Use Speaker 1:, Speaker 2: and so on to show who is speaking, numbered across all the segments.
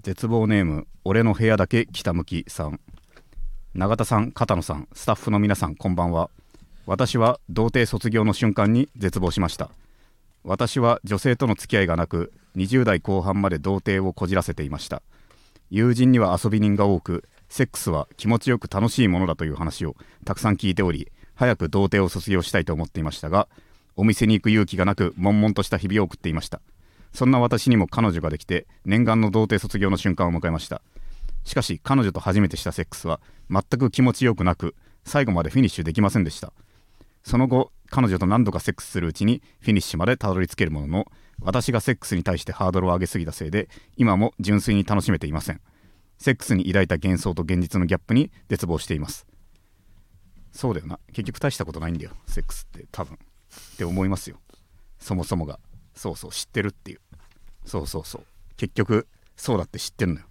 Speaker 1: 絶望ネーム俺の部屋だけ北向きさん永田さん片野さんスタッフの皆さんこんばんは私は童貞卒業の瞬間に絶望しました私は女性との付き合いがなく20代後半まで童貞をこじらせていました友人には遊び人が多くセックスは気持ちよく楽しいものだという話をたくさん聞いており早く童貞を卒業したいと思っていましたがお店に行く勇気がなく悶々とした日々を送っていましたそんな私にも彼女ができて念願の童貞卒業の瞬間を迎えましたしかし彼女と初めてしたセックスは全く気持ちよくなく最後までフィニッシュできませんでしたその後彼女と何度かセックスするうちにフィニッシュまでたどり着けるものの私がセックスに対してハードルを上げすぎたせいで今も純粋に楽しめていませんセックスに抱いた幻想と現実のギャップに絶望していますそうだよな結局大したことないんだよセックスって多分って思いますよそもそもがそうそう知ってるっていうそうそうそう結局そうだって知ってんのよ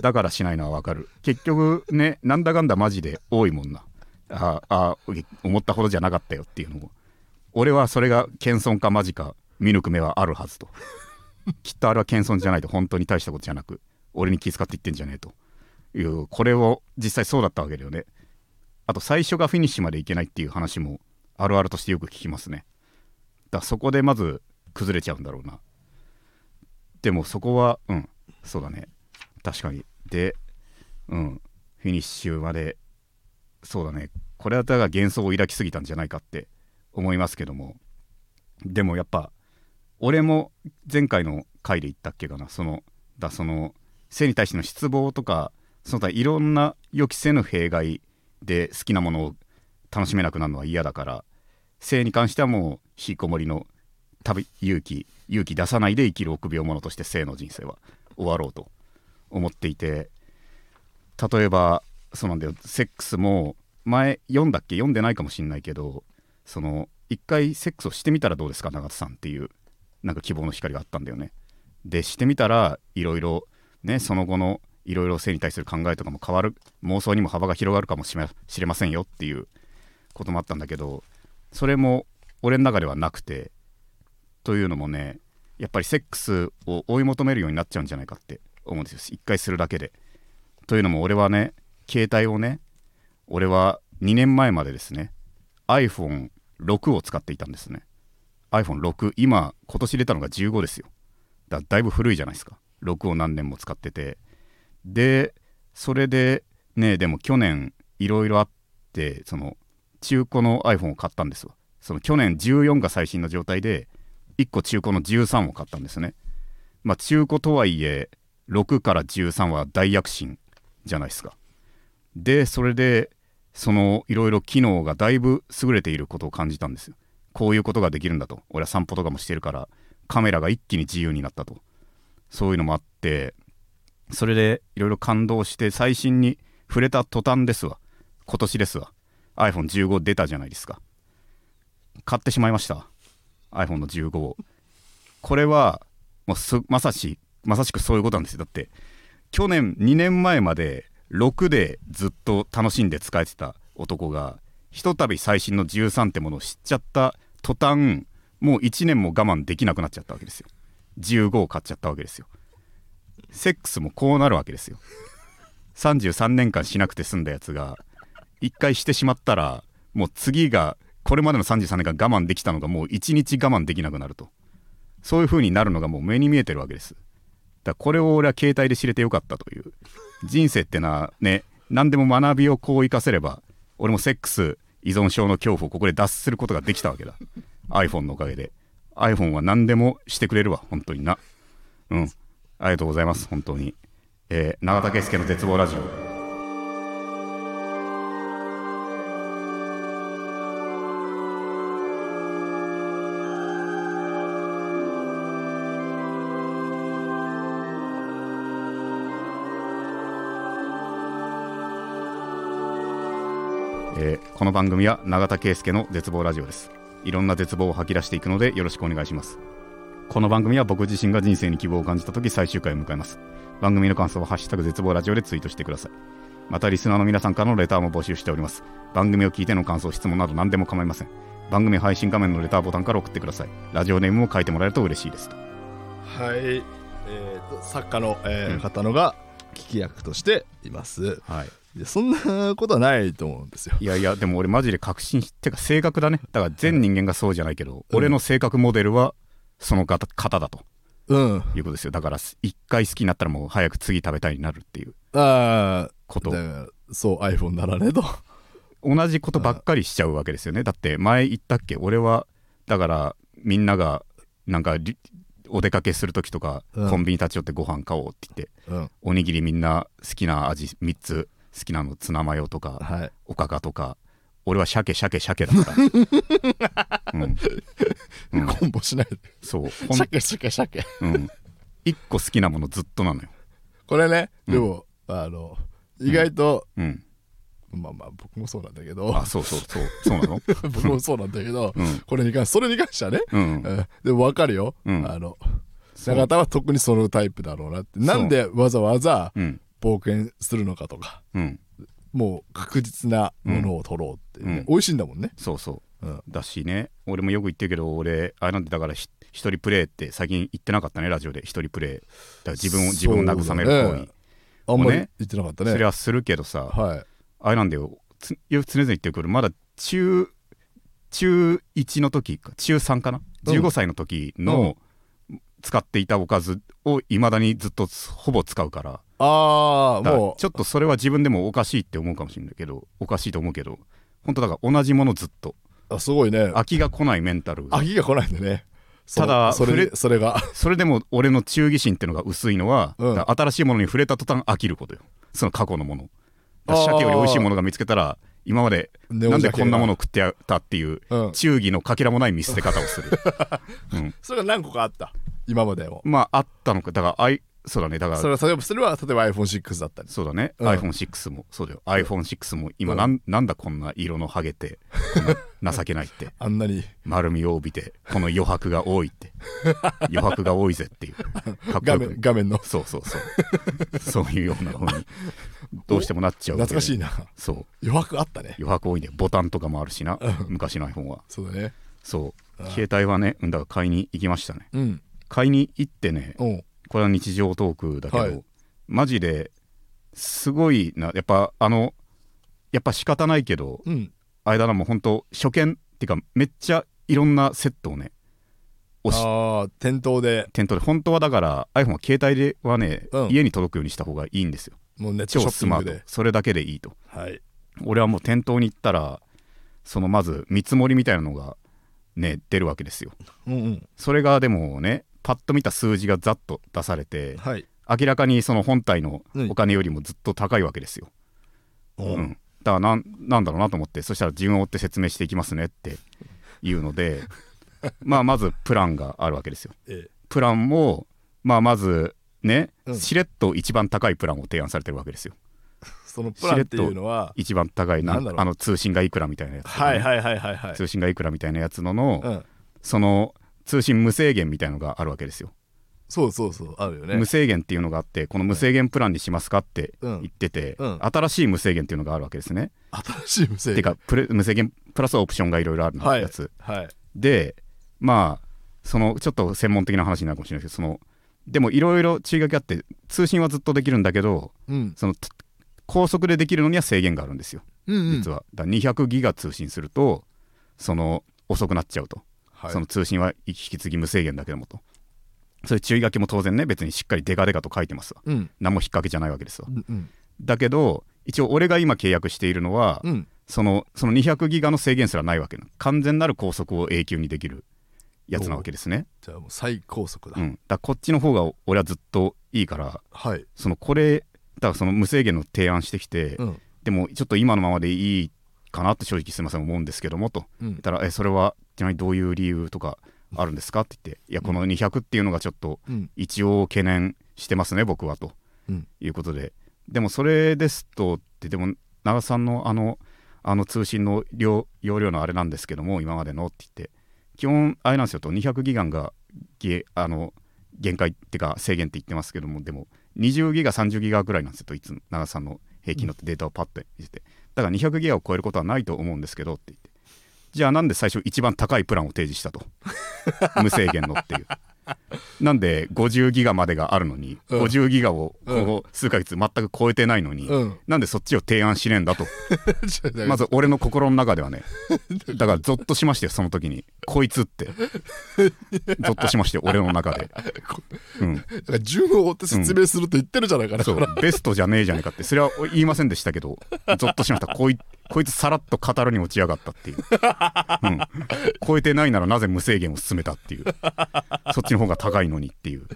Speaker 1: だからしないのはわかる結局ねなんだかんだマジで多いもんなああ思ったほどじゃなかったよっていうのも俺はそれが謙遜かマジか見抜く目はあるはずと きっとあれは謙遜じゃないと本当に大したことじゃなく俺に気遣って言ってんじゃねえというこれを実際そうだったわけだよねあと最初がフィニッシュまでいけないっていう話もあるあるとしてよく聞きますねだからそこでまず崩れちゃうんだろうなでもそこはうんそうだね確かにでうんフィニッシュまでそうだねこれはだから幻想を抱きすぎたんじゃないかって思いますけどもでもやっぱ俺も前回の回で言ったっけかなそのだその性に対しての失望とかその他いろんな予期せぬ弊害で好きなものを楽しめなくなるのは嫌だから性に関してはもう引きこもりの旅勇気勇気出さないで生きる臆病者として性の人生は終わろうと思っていて例えばそうなんだよセックスも前読んだっけ読んでないかもしんないけどその一回セックスをしてみたらどうですか永田さんっていうなんか希望の光があったんだよねでしてみたらいろいろねその後のいろいろ性に対する考えとかも変わる妄想にも幅が広がるかもしれませんよっていうこともあったんだけどそれも俺の中ではなくてというのもねやっぱりセックスを追い求めるようになっちゃうんじゃないかって思うんですよ一回するだけで。というのも俺はね携帯をね俺は2年前までですね iPhone6 を使っていたんですね iPhone6 今今年出たのが15ですよだだいぶ古いじゃないですか6を何年も使っててでそれでねでも去年いろいろあってその中古の iPhone を買ったんですわその去年14が最新の状態で1個中古の13を買ったんですねまあ中古とはいえ6から13は大躍進じゃないですかでそれでそのいろいろ機能がだいぶ優れていることを感じたんですよこういうことができるんだと俺は散歩とかもしてるからカメラが一気に自由になったとそういうのもあってそれでいろいろ感動して最新に触れた途端ですわ今年ですわ iPhone15 出たじゃないですか買ってしまいました iPhone の15をこれはもうすまさしまさしくそういうことなんですよだって去年2年前まで6でずっと楽しんで使えてた男がひとたび最新の13ってものを知っちゃった途端もう1年も我慢できなくなっちゃったわけですよ15を買っちゃったわけですよセックスもこうなるわけですよ33年間しなくて済んだやつが1回してしまったらもう次がこれまでの33年間我慢できたのがもう1日我慢できなくなるとそういう風になるのがもう目に見えてるわけですだからこれを俺は携帯で知れてよかったという人生ってのはね何でも学びをこう生かせれば俺もセックス依存症の恐怖をここで脱することができたわけだ iPhone のおかげで iPhone は何でもしてくれるわ本当になうんありがとうございます本当にえー、永田圭介の絶望ラジオえーこの番組は永田圭介の絶望ラジオですいろんな絶望を吐き出していくのでよろしくお願いしますこの番組は僕自身が人生に希望を感じた時最終回を迎えます番組の感想はハッシュタグ絶望ラジオでツイートしてくださいまたリスナーの皆さんからのレターも募集しております番組を聞いての感想質問など何でも構いません番組配信画面のレターボタンから送ってくださいラジオネームも書いてもらえると嬉しいですと
Speaker 2: はい。えー作家の、えー方のが聞き役としています
Speaker 1: はい、
Speaker 2: いやそんなことはないと思うんですよ
Speaker 1: いやいやでも俺マジで確信してか性格だねだから全人間がそうじゃないけど、俺の性格モデルはその方方だと
Speaker 2: うんあ
Speaker 1: いうことですよだから一回好きになったらもう早く次食べたいになるっていう
Speaker 2: あ
Speaker 1: こと
Speaker 2: だからそう iPhone ならねと
Speaker 1: 同じことばっかりしちゃうわけですよねだって前言ったっけ俺はだからみんながなんかりお出かけする時とか、
Speaker 2: うん
Speaker 1: コンビニ立ち寄ってご飯買おうって言って
Speaker 2: うん
Speaker 1: おにぎりみんな好きな味3つ好きなのツナマヨとか
Speaker 2: はい
Speaker 1: おかかとか俺は鮭鮭鮭だ から、うんうん
Speaker 2: コンボしないで
Speaker 1: そうほん
Speaker 2: シャケシャケシャケ
Speaker 1: うん、1個好きなものずっとなのよ、
Speaker 2: これねでも、あの意外と、
Speaker 1: うん、
Speaker 2: まあまあ僕もそうなんだけど
Speaker 1: あそうそうそうそうなの
Speaker 2: 僕もそうなんだけど、
Speaker 1: うん
Speaker 2: これに関してそれに関してはね、
Speaker 1: うん
Speaker 2: うんでも分かるよ、
Speaker 1: うん
Speaker 2: あの
Speaker 1: そう
Speaker 2: 永田は特にそのタイプだろうなって
Speaker 1: う
Speaker 2: なんでわざわざ
Speaker 1: うん
Speaker 2: 冒険するのかとか
Speaker 1: うん
Speaker 2: もう確実なものを取ろうって、ね
Speaker 1: うん
Speaker 2: 美味しいんだもんね、
Speaker 1: そうそう
Speaker 2: うん、
Speaker 1: だしね俺もよく言ってるけど俺あれなんでだからひ一人プレイって最近言ってなかったねラジオで一人プレイだから自分を自分を慰める
Speaker 2: そう
Speaker 1: 行
Speaker 2: だ
Speaker 1: 為
Speaker 2: ねあんまり
Speaker 1: ね
Speaker 2: 言ってなかった
Speaker 1: そ,、
Speaker 2: ね
Speaker 1: れはするけどさ
Speaker 2: はい
Speaker 1: あれなんだよつよく常々言ってるけどまだ中中1の時か中3かな
Speaker 2: うん
Speaker 1: 15歳の時の使っていたおかずをいまだにずっとほぼ使うから
Speaker 2: ああ
Speaker 1: だから
Speaker 2: も
Speaker 1: ちょっとそれは自分でもおかしいって思うかもしれないけどおかしいと思うけど本当だから同じものずっと
Speaker 2: うあすごいね
Speaker 1: 飽きが来ないメンタル
Speaker 2: 飽きが来ないんでねそ
Speaker 1: ただ
Speaker 2: それ
Speaker 1: 触れ
Speaker 2: それが
Speaker 1: それでも俺の忠義心っていうのが薄いのは、
Speaker 2: うん
Speaker 1: だから新しいものに触れた途端飽きることよその過去のものだから
Speaker 2: あー
Speaker 1: 鮭より美味しいものが見つけたら今まで
Speaker 2: ネオ鮭が
Speaker 1: なんでこんなものを食ってやったっていう、
Speaker 2: うん
Speaker 1: 忠義のかけらもない見捨て方をす る、うん、
Speaker 2: それが何個かあった今までも
Speaker 1: まああったのかだからあいそうだねだか
Speaker 2: そ
Speaker 1: ら
Speaker 2: れは例えばそれは例えば iPhone6 だったり
Speaker 1: そうだね、
Speaker 2: うん
Speaker 1: iPhone6 もそうだよ iPhone6 も今なん,、なんだこんな色のハゲてこんな情けないって
Speaker 2: あんなに
Speaker 1: 丸みを帯びてこの余白が多いって余白が多いぜっていうかっこ
Speaker 2: 画
Speaker 1: よく
Speaker 2: 面画面の
Speaker 1: そうそうそう。そう いうような方 にどうしてもなっちゃうわけ
Speaker 2: 懐
Speaker 1: で
Speaker 2: かしいな
Speaker 1: そう。
Speaker 2: 余白あったね
Speaker 1: 余白多いね。ボタンとかもあるしな。昔の iPhone は。
Speaker 2: そうだね
Speaker 1: そう。携帯はね、うんだから買いに行きましたね。
Speaker 2: うん
Speaker 1: 買いに行ってね、
Speaker 2: おう
Speaker 1: これは日常トークだけど、
Speaker 2: はい
Speaker 1: マジですごいな。やっぱあの、やっぱ仕方ないけど、
Speaker 2: うん
Speaker 1: あれだな、もう本当初見っていうか、めっちゃいろんなセットをね、押し
Speaker 2: ああ店頭で
Speaker 1: 店頭で、本当はだから iPhone は携帯ではね、
Speaker 2: うん
Speaker 1: 家に届くようにした方がいいんですよ。
Speaker 2: もうネットショ
Speaker 1: 超
Speaker 2: ッ
Speaker 1: ス
Speaker 2: ピン
Speaker 1: マ
Speaker 2: グ
Speaker 1: ート
Speaker 2: で
Speaker 1: それだけでいいと
Speaker 2: はい
Speaker 1: 俺はもう店頭に行ったらそのまず見積もりみたいなのがね出るわけですよ
Speaker 2: うん
Speaker 1: それがでもねパッと見た数字がざっと出されて
Speaker 2: うんはい
Speaker 1: 明らかにその本体の
Speaker 2: うん
Speaker 1: お金よりもずっと高いわけですよ、
Speaker 2: おう
Speaker 1: うん、だからなんなんだろうなと思ってそしたら順を追って説明していきますねっていうので まあまずプランがあるわけですよ
Speaker 2: ええ
Speaker 1: プランもまあまずね、
Speaker 2: うん
Speaker 1: しれっと一番高いプランを提案されてるわけですよ
Speaker 2: そのプランっていうのは
Speaker 1: 一番高いな
Speaker 2: なんだろう
Speaker 1: あの通信がいくらみたいなやつとかね、
Speaker 2: はいはいはいはいはい
Speaker 1: 通信がいくらみたいなやつのの、
Speaker 2: うん
Speaker 1: その通信無制限みたいのがあるわけですよ、
Speaker 2: そうそうそうあるよね
Speaker 1: 無制限っていうのがあってこの無制限プランにしますかって
Speaker 2: うん
Speaker 1: 言ってて、
Speaker 2: うん
Speaker 1: 新しい無制限っていうのがあるわけですね、
Speaker 2: 新しい無制
Speaker 1: て
Speaker 2: 限
Speaker 1: かプレ無制限プラスオプションがいろいろあるの
Speaker 2: はい
Speaker 1: やつ、
Speaker 2: はい
Speaker 1: でまあそのちょっと専門的な話になるかもしれないですけどそのでもいろいろ注意書きあって通信はずっとできるんだけど
Speaker 2: うん
Speaker 1: そのと高速でできるのには制限があるんですよ
Speaker 2: うんうん
Speaker 1: 実は、だから200ギガ通信するとその遅くなっちゃうと、
Speaker 2: はい
Speaker 1: その通信は引き継ぎ無制限だけどもとそういう注意書きも当然ね別にしっかりデカデカと書いてますわ
Speaker 2: うん
Speaker 1: 何も引っ掛けじゃないわけですわ
Speaker 2: うんうん
Speaker 1: だけど一応俺が今契約しているのは、
Speaker 2: うん
Speaker 1: そのその200ギガの制限すらないわけな完全なる高速を永久にできるやつなわけですね、
Speaker 2: じゃあもう最高速だ
Speaker 1: うん、だからこっちの方が俺はずっといいから
Speaker 2: はい
Speaker 1: そのこれだからその無制限の提案してきて、
Speaker 2: うん
Speaker 1: でもちょっと今のままでいいかなって正直すみません思うんですけどもと
Speaker 2: う
Speaker 1: 言
Speaker 2: ん
Speaker 1: っ たら「えそれはちなみにどういう理由とかあるんですか?」って言って「いやこの200っていうのがちょっと
Speaker 2: うん
Speaker 1: 一応懸念してますね僕は」と
Speaker 2: うん
Speaker 1: いうことででもそれですとってでも長さんのあのあの通信の量容量のあれなんですけども今までのって言って基本あれなんですよと200ギガがげあの限界ってか制限って言ってますけどもでも20ギガ30ギガぐらいなんですよといつも長さんの平均のデータをパッて見せて、だから200ギガを超えることはないと思うんですけどって 言ってじゃあなんで最初一番高いプランを提示したと無制限のっていうなんで50ギガまでがあるのに、
Speaker 2: うん
Speaker 1: 50ギガをここ数ヶ月全く超えてないのに、
Speaker 2: うん
Speaker 1: なんでそっちを提案しねえんだとまず俺の心の中ではねだからゾッとしましてその時にこいつってゾッとしまして俺の中で、うん、
Speaker 2: だから順を追って説明すると言ってるじゃないかな、
Speaker 1: そうベストじゃねえじゃねえかってそれは言いませんでしたけどゾッとしましたこいこいつさらっと語るに落ちやがったっていう、うん、超えてないならなぜ無制限を進めたっていうそっちの方が高いのにっていう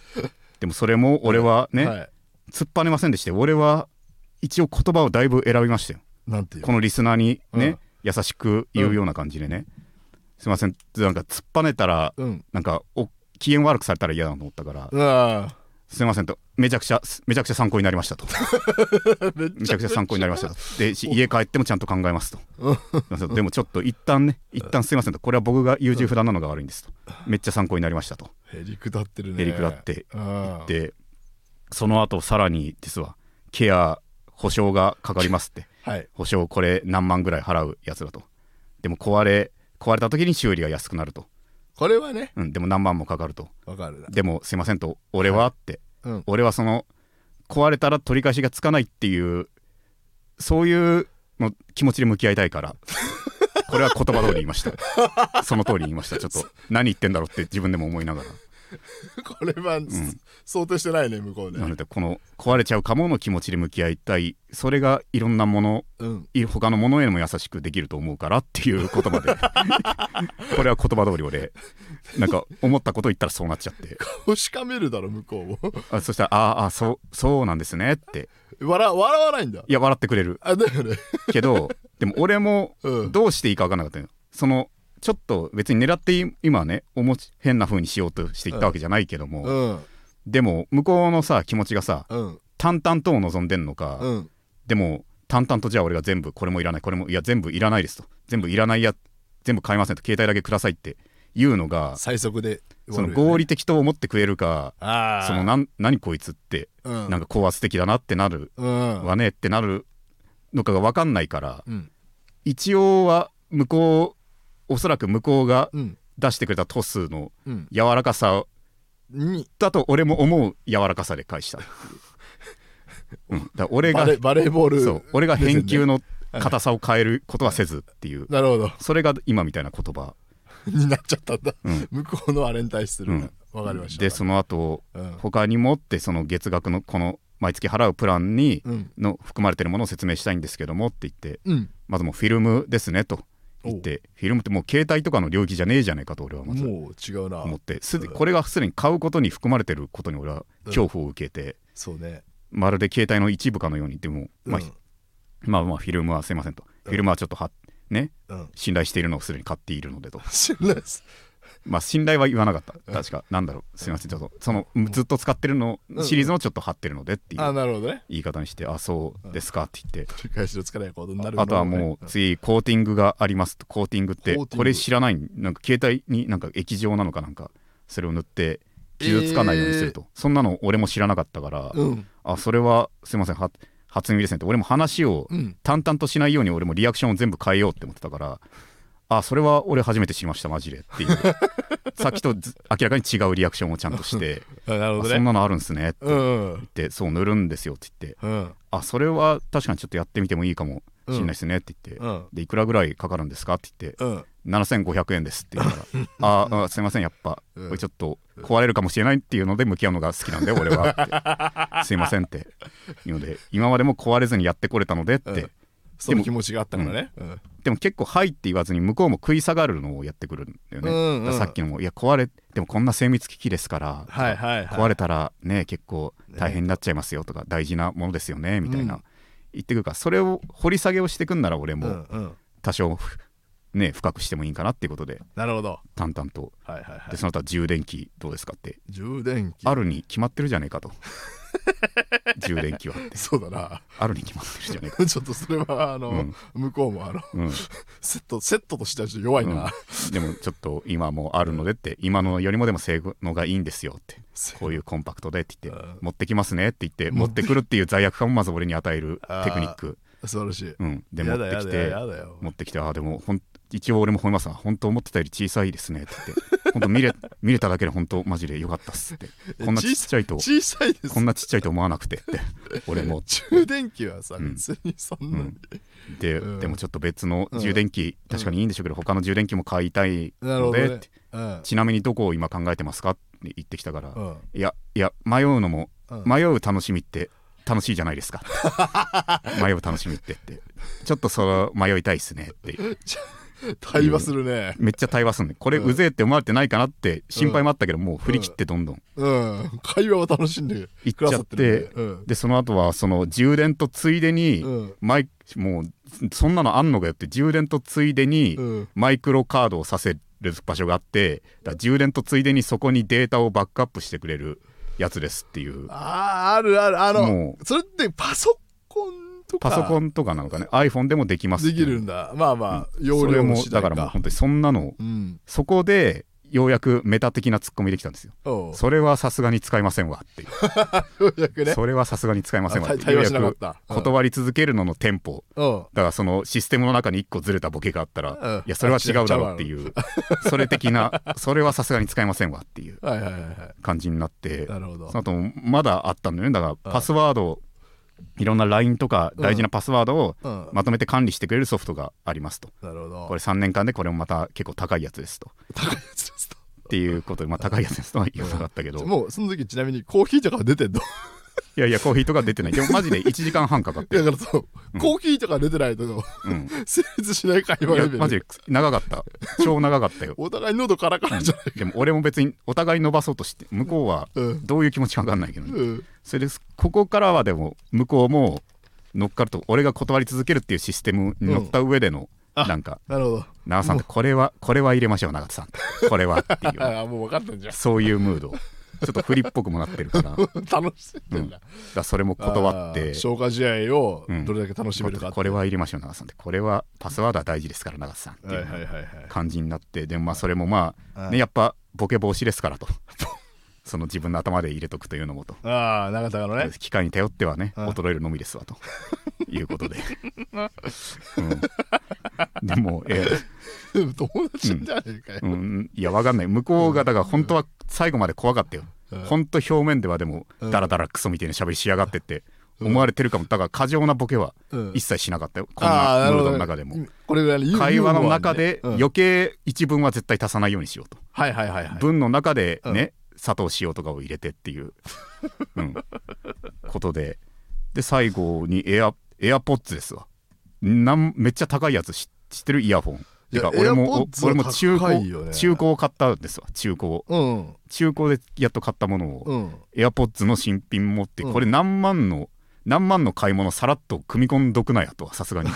Speaker 1: でもそれも俺はね、
Speaker 2: はい、
Speaker 1: 突っぱねませんでして俺は一応言葉をだいぶ選びましたよ
Speaker 2: なんていう
Speaker 1: このリスナーにね、
Speaker 2: うん
Speaker 1: 優しく言うような感じでね、すいませんなんか突っぱねたら
Speaker 2: うん
Speaker 1: なんかお機嫌悪くされたら嫌だなと思ったから、
Speaker 2: あ
Speaker 1: すいませんとめちゃくちゃめちゃくちゃ参考になりましたと
Speaker 2: あめっ
Speaker 1: めちゃくちゃ参考になりましたとでし家帰ってもちゃんと考えますと
Speaker 2: うん
Speaker 1: すいませんでもちょっと一旦ね一旦すいませんとこれは僕が優柔不断なのが悪いんですとめっちゃ参考になりましたと
Speaker 2: へりくだってるね
Speaker 1: へりくだって
Speaker 2: ああ
Speaker 1: でその後さらにですわケア保証がかかりますって
Speaker 2: はい
Speaker 1: 保証これ何万ぐらい払うやつだとでも壊れ壊れた時に修理が安くなると、
Speaker 2: これはね
Speaker 1: うん、でも何万もかかると
Speaker 2: わかるな
Speaker 1: でもすいませんと俺はって、
Speaker 2: うん
Speaker 1: 俺はその壊れたら取り返しがつかないっていうそういうの気持ちで向き合いたいから これは言葉通り言いましたその通り言いましたちょっと何言ってんだろうって自分でも思いながら
Speaker 2: これは、
Speaker 1: ん
Speaker 2: 想定してないね向こうで
Speaker 1: なのでこの壊れちゃうかもの気持ちで向き合いたいそれがいろんなもの
Speaker 2: うん
Speaker 1: い他のものへも優しくできると思うからっていう言葉で これは言葉通り俺なんか思ったこと言ったらそうなっちゃって
Speaker 2: 押しかめるだろ向こうも
Speaker 1: あそしたら「あーあーそうそうなんですね」って
Speaker 2: 笑笑わないんだ
Speaker 1: いや笑ってくれる
Speaker 2: あだよね
Speaker 1: けどでも俺も
Speaker 2: うん
Speaker 1: どうしていいか分からなかったのよそのちょっと別に狙ってい今はねおもち変な風にしようとしていったわけじゃないけども、
Speaker 2: うん
Speaker 1: でも向こうのさ気持ちがさ
Speaker 2: うん
Speaker 1: 淡々とを望んでんのか、
Speaker 2: うん
Speaker 1: でも淡々とじゃあ俺が全部これもいらないこれもいや全部いらないですと全部いらないや全部買いませんと携帯だけくださいっていうのが、
Speaker 2: 最速で
Speaker 1: その合
Speaker 2: 理
Speaker 1: 理的と思ってくれるか
Speaker 2: ああ
Speaker 1: そのなん何こいつって
Speaker 2: うん
Speaker 1: なんか高圧的だなってなる
Speaker 2: うん
Speaker 1: わねってなるのかが分かんないから
Speaker 2: うん
Speaker 1: 一応は向こうおそらく向こうが
Speaker 2: うん
Speaker 1: 出してくれたトスの
Speaker 2: うん
Speaker 1: 柔らかさ
Speaker 2: に
Speaker 1: だと俺も思う柔らかさで返した、うん、だから俺
Speaker 2: バ
Speaker 1: が
Speaker 2: レバレーボール
Speaker 1: そう俺が返球
Speaker 2: の
Speaker 1: の硬さを変えることはせずっていう
Speaker 2: なるほど
Speaker 1: それが今みたいな言葉、
Speaker 2: になっちゃったんだ、
Speaker 1: うん
Speaker 2: 向こうのあれに対する
Speaker 1: う
Speaker 2: わ、
Speaker 1: ん
Speaker 2: かりました
Speaker 1: でその後
Speaker 2: うん
Speaker 1: 他にもってその月額のこの毎月払うプランに
Speaker 2: うん
Speaker 1: の含まれてるものを説明したいんですけどもって言って
Speaker 2: うん
Speaker 1: まずもうフィルムですねと言ってフィルムってもう携帯とかの領域じゃねえじゃねえかと俺はまず
Speaker 2: もう違うな
Speaker 1: 思ってすで
Speaker 2: うん
Speaker 1: これがすでに買うことに含まれてることに俺は恐怖を受けて
Speaker 2: そうね
Speaker 1: まるで携帯の一部かのようにでもまあ
Speaker 2: うん
Speaker 1: まあまあフィルムはすいませんとフィルムはちょっとはね
Speaker 2: うん
Speaker 1: 信頼しているのをすでに買っているのでと
Speaker 2: 信頼です
Speaker 1: まあ信頼は言わなかった確かなんだろうすいませんちょっとそのずっと使ってるの
Speaker 2: うん
Speaker 1: シリーズのちょっと貼ってるのでってい
Speaker 2: あ
Speaker 1: う
Speaker 2: なるほどね
Speaker 1: 言い方にしてあそうですかって言って
Speaker 2: 取り返しのつかないことになる
Speaker 1: あとはもう次コーティングがありますとコーティングって
Speaker 2: コーティング
Speaker 1: これ知らないなんか携帯になんか液状なのかなんかそれを塗って傷つかないようにするとそんなの俺も知らなかったから
Speaker 2: うん
Speaker 1: あそれはすいませんは初耳ですねって俺も話を
Speaker 2: うん
Speaker 1: 淡々としないように俺もリアクションを全部変えようって思ってたからあそれは俺初めて知りましたマジで っていうさっきとず明らかに違うリアクションをちゃんと して
Speaker 2: あなる
Speaker 1: あ
Speaker 2: ほど
Speaker 1: そん
Speaker 2: ね
Speaker 1: なのあるんすねって
Speaker 2: うん
Speaker 1: 言ってそう塗るんですよって言って
Speaker 2: うん
Speaker 1: あそれは確かにちょっとやってみてもいいかもしれないですねって言って、
Speaker 2: うん
Speaker 1: でいくらぐらいかかるんですかって言って
Speaker 2: うん
Speaker 1: 7500円ですって言うからあーあすいませんやっぱ、
Speaker 2: うん
Speaker 1: これちょっと壊れるかもしれないっていうので向き合うのが好きなんで俺はってすいませんっていうので今までも壊れずにやってこれたのでって、
Speaker 2: うんその気持ちがあったからねうん
Speaker 1: でも結構「はい」って言わずに向こうも食い下がるのをやってくるんだよね、
Speaker 2: うんうん
Speaker 1: だからさっきのも「いや壊れでもこんな精密機器ですから」
Speaker 2: はいはいはい
Speaker 1: 壊れたらね結構大変になっちゃいますよとか、大事なものですよねみたいな、
Speaker 2: うん
Speaker 1: 言ってくるからそれを掘り下げをしてくんなら俺
Speaker 2: う
Speaker 1: も
Speaker 2: んうん
Speaker 1: 多少、ふね深くしてもいいかなっていうことで
Speaker 2: なるほど
Speaker 1: 淡々と、
Speaker 2: はいはいは
Speaker 1: で
Speaker 2: い
Speaker 1: その他充電器どうですかって
Speaker 2: 充電器
Speaker 1: あるに決まってるじゃねえ かと充電器はって
Speaker 2: そうだな
Speaker 1: あるに決まってるじゃねえか
Speaker 2: ちょっとそれはあの、
Speaker 1: うん
Speaker 2: 向こうもあの
Speaker 1: うん
Speaker 2: セットセットとしてはちょっと弱いな、
Speaker 1: うんでもちょっと今もうあるのでって今のよりもでも性能がいいんですよってこういうコンパクトでって言って
Speaker 2: うん
Speaker 1: 持ってきますねって言って持ってくるっていう罪悪感をまず 俺に与えるテクニック、
Speaker 2: 素晴らしい、
Speaker 1: うん、で持
Speaker 2: や
Speaker 1: っ
Speaker 2: だ
Speaker 1: て
Speaker 2: や
Speaker 1: き
Speaker 2: だ
Speaker 1: て
Speaker 2: やだよ
Speaker 1: 持ってきてああでもほん一応俺も褒めますな本当思ってたより小さいですねって言って本 当見れ見れただけで本当マジでよかったっすってこんなちっちゃいと
Speaker 2: 小さいです
Speaker 1: こんなちっちゃいと思わなく てって俺も
Speaker 2: 充電器はさ、
Speaker 1: うん
Speaker 2: 別にそん
Speaker 1: う
Speaker 2: な、
Speaker 1: んで、
Speaker 2: うん
Speaker 1: でもちょっと別の充電器、
Speaker 2: うん
Speaker 1: 確かにいいんでしょうけど、他の充電器も買いたい
Speaker 2: なるほ
Speaker 1: の
Speaker 2: ど、ね
Speaker 1: で、
Speaker 2: うん
Speaker 1: ちなみにどこを今考えてますかって言ってきたから、
Speaker 2: うん
Speaker 1: いやいや迷うのも、
Speaker 2: うん
Speaker 1: 迷う楽しみって楽しいじゃないですか 迷う楽しみってってちょっとそれ迷いたいっすねって
Speaker 2: 対話するね
Speaker 1: めっちゃ対話すんでこれ
Speaker 2: うん
Speaker 1: うぜえって思われてないかなって心配もあったけど、もう振り切ってどんどん
Speaker 2: うん、会話を楽しんで
Speaker 1: 行
Speaker 2: くだ
Speaker 1: っちゃ
Speaker 2: さっ
Speaker 1: ってて
Speaker 2: るねうん
Speaker 1: でその後はその充電とついでに、
Speaker 2: うん
Speaker 1: マイもうそんなのあんのかよって充電とついでに、
Speaker 2: うん
Speaker 1: マイクロカードをさせる場所があってだから充電とついでにそこにデータをバックアップしてくれるやつですっていう
Speaker 2: あーあるあるあの
Speaker 1: も
Speaker 2: それってパソコンとか
Speaker 1: パソコンとかなのかね iPhone でもできます
Speaker 2: で
Speaker 1: ってい
Speaker 2: き
Speaker 1: う
Speaker 2: るんだまあまあ、
Speaker 1: そ
Speaker 2: 容
Speaker 1: れ
Speaker 2: 量
Speaker 1: も
Speaker 2: 次
Speaker 1: だ
Speaker 2: 第
Speaker 1: からもう本当にそんなの
Speaker 2: うん
Speaker 1: そこでようやくメタ的なツッコミできたんですよ
Speaker 2: おう
Speaker 1: それはさすがに使いませんわっていう
Speaker 2: ようや くね
Speaker 1: それはさすがに使いませんわっ
Speaker 2: 対
Speaker 1: て
Speaker 2: 対
Speaker 1: よう
Speaker 2: 話
Speaker 1: や
Speaker 2: しなかっ
Speaker 1: く
Speaker 2: たうん
Speaker 1: 断り続けるののテンポ
Speaker 2: うん
Speaker 1: だからそのシステムの中に1個ずれたボケがあった
Speaker 2: うん
Speaker 1: らいやそれは違うだろうっていう それ的なそれはさすがに使いませんわっていう
Speaker 2: はいはいはいは
Speaker 1: 感じになって
Speaker 2: いなるほど
Speaker 1: その後もまだあったんだよねだからパスワードをいろんな LINE とか大事なパスワードを
Speaker 2: うん
Speaker 1: まとめて管理してくれるソフトがありますと
Speaker 2: なるほど
Speaker 1: これ3年間でこれもまた結構高いやつですと
Speaker 2: 高いやつですと
Speaker 1: っていうことでまあ高いやつですとは言わなかったけど
Speaker 2: もうその時ちなみにコーヒーとか出てんの
Speaker 1: いやいやコーヒーとか出てないでもマジで1時間半かかって
Speaker 2: だからそう、コーヒーとか出てないと
Speaker 1: うん
Speaker 2: 成立しない会
Speaker 1: い
Speaker 2: 話
Speaker 1: や
Speaker 2: レベ
Speaker 1: マジ
Speaker 2: ル
Speaker 1: で長かった超長かった よ
Speaker 2: お互い喉カラカラじゃ
Speaker 1: でも俺も別にお互い伸ばそうとして向こうは
Speaker 2: ない、うん
Speaker 1: どういう気持ちか分かんないけど、
Speaker 2: うん、
Speaker 1: それですここからはでも向こうも乗っかると俺が断り続けるっていうシステムに乗った上での、
Speaker 2: あ
Speaker 1: なんか
Speaker 2: なるほど
Speaker 1: 「長田さんってこれはこれは入れましょう長田さんこれは」って いう
Speaker 2: ああもう分かったんじゃ
Speaker 1: そういうムードちょっとフリっぽくもなってるからだか
Speaker 2: ん 楽しんでんだ、
Speaker 1: らそれも断っ
Speaker 2: あ
Speaker 1: て
Speaker 2: ー消化試合をどれだけ楽しめるかって
Speaker 1: これは入れましょう長田さんってこれはパスワードは大事ですから長田さんって
Speaker 2: はいいはいうはいはい
Speaker 1: 感じになってでもまあそれもま
Speaker 2: う
Speaker 1: あ
Speaker 2: ん
Speaker 1: ねやっぱボケ防止ですからと その自分の頭で入れとくというのもと
Speaker 2: ああ長田がのね
Speaker 1: 機械に頼ってはね
Speaker 2: うん
Speaker 1: 衰えるのみですわということ で、うん、でもえー
Speaker 2: 友達じゃねえかよ、
Speaker 1: うんいやわかんない向こうがだから本当は最後まで怖かったよ
Speaker 2: うん
Speaker 1: 本当表面ではでも
Speaker 2: うん
Speaker 1: ダラダラクソみたいな喋りしやがってって思われてるかもだから過剰なボケは
Speaker 2: うん
Speaker 1: 一切しなかったよこん
Speaker 2: ああ
Speaker 1: な
Speaker 2: な
Speaker 1: ム
Speaker 2: る
Speaker 1: ード
Speaker 2: ほど
Speaker 1: の中でも
Speaker 2: これぐらいのユー
Speaker 1: 会話の中で
Speaker 2: ユーモアねうん
Speaker 1: 余計一文は絶対足さないようにしようと
Speaker 2: はいはいはいはい
Speaker 1: 文の中で
Speaker 2: う
Speaker 1: ね佐藤塩とかを入れてっていう、うん、ことでで最後にエアエアポッツですわなんめっちゃ高いやつ知知ってるイヤホンてか
Speaker 2: い
Speaker 1: 俺
Speaker 2: や AirPods
Speaker 1: もお俺も
Speaker 2: は
Speaker 1: 中
Speaker 2: 高いよね
Speaker 1: 古中古を買ったんですわ中古を
Speaker 2: うん
Speaker 1: 中古でやっと買ったものを、
Speaker 2: うん
Speaker 1: エアポッツの新品持って
Speaker 2: うん
Speaker 1: これ何万の、何万の買い物さらっと組み込んどくなやとはさすがに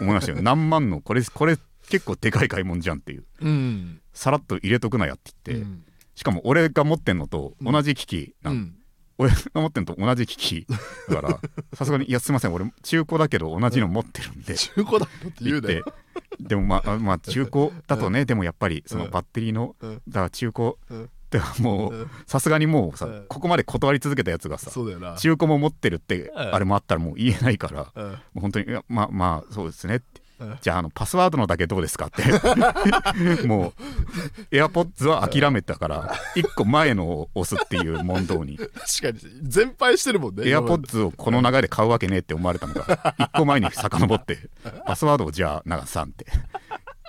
Speaker 1: 思いました よ何万のこれこれ結構でかい買い物じゃんっていう
Speaker 2: うん
Speaker 1: さらっと入れとくなやって言って、
Speaker 2: うん
Speaker 1: しかも俺が持ってんのと同じ機器な、
Speaker 2: うんん
Speaker 1: 俺が持ってんのと同じ機器だから さすがに「いやすいません俺中古だけど同じの持ってるんで」
Speaker 2: 中古だよって 言
Speaker 1: 言
Speaker 2: う
Speaker 1: って
Speaker 2: ね
Speaker 1: でもまあまあ中古だとね、でもやっぱりその
Speaker 2: うん
Speaker 1: バッテリーの、
Speaker 2: うん
Speaker 1: だから中古
Speaker 2: うん
Speaker 1: ではも
Speaker 2: う
Speaker 1: うんさすがにもうさ、
Speaker 2: うん
Speaker 1: ここまで断り続けたやつがさ
Speaker 2: そうだよ な
Speaker 1: 中古も持ってるって
Speaker 2: ん
Speaker 1: あれもあったらもう言えないからも
Speaker 2: うん
Speaker 1: う本当にいやまあまあそうですねって
Speaker 2: うん
Speaker 1: じゃああのパスワードのだけどうですかって もう AirPods は諦めたから1個前のを押すっていう問答に
Speaker 2: 確かに全敗してるもんね
Speaker 1: AirPods をこの流れで買うわけねえって思われたのが1個前に遡ってパスワードをじゃあ長さんって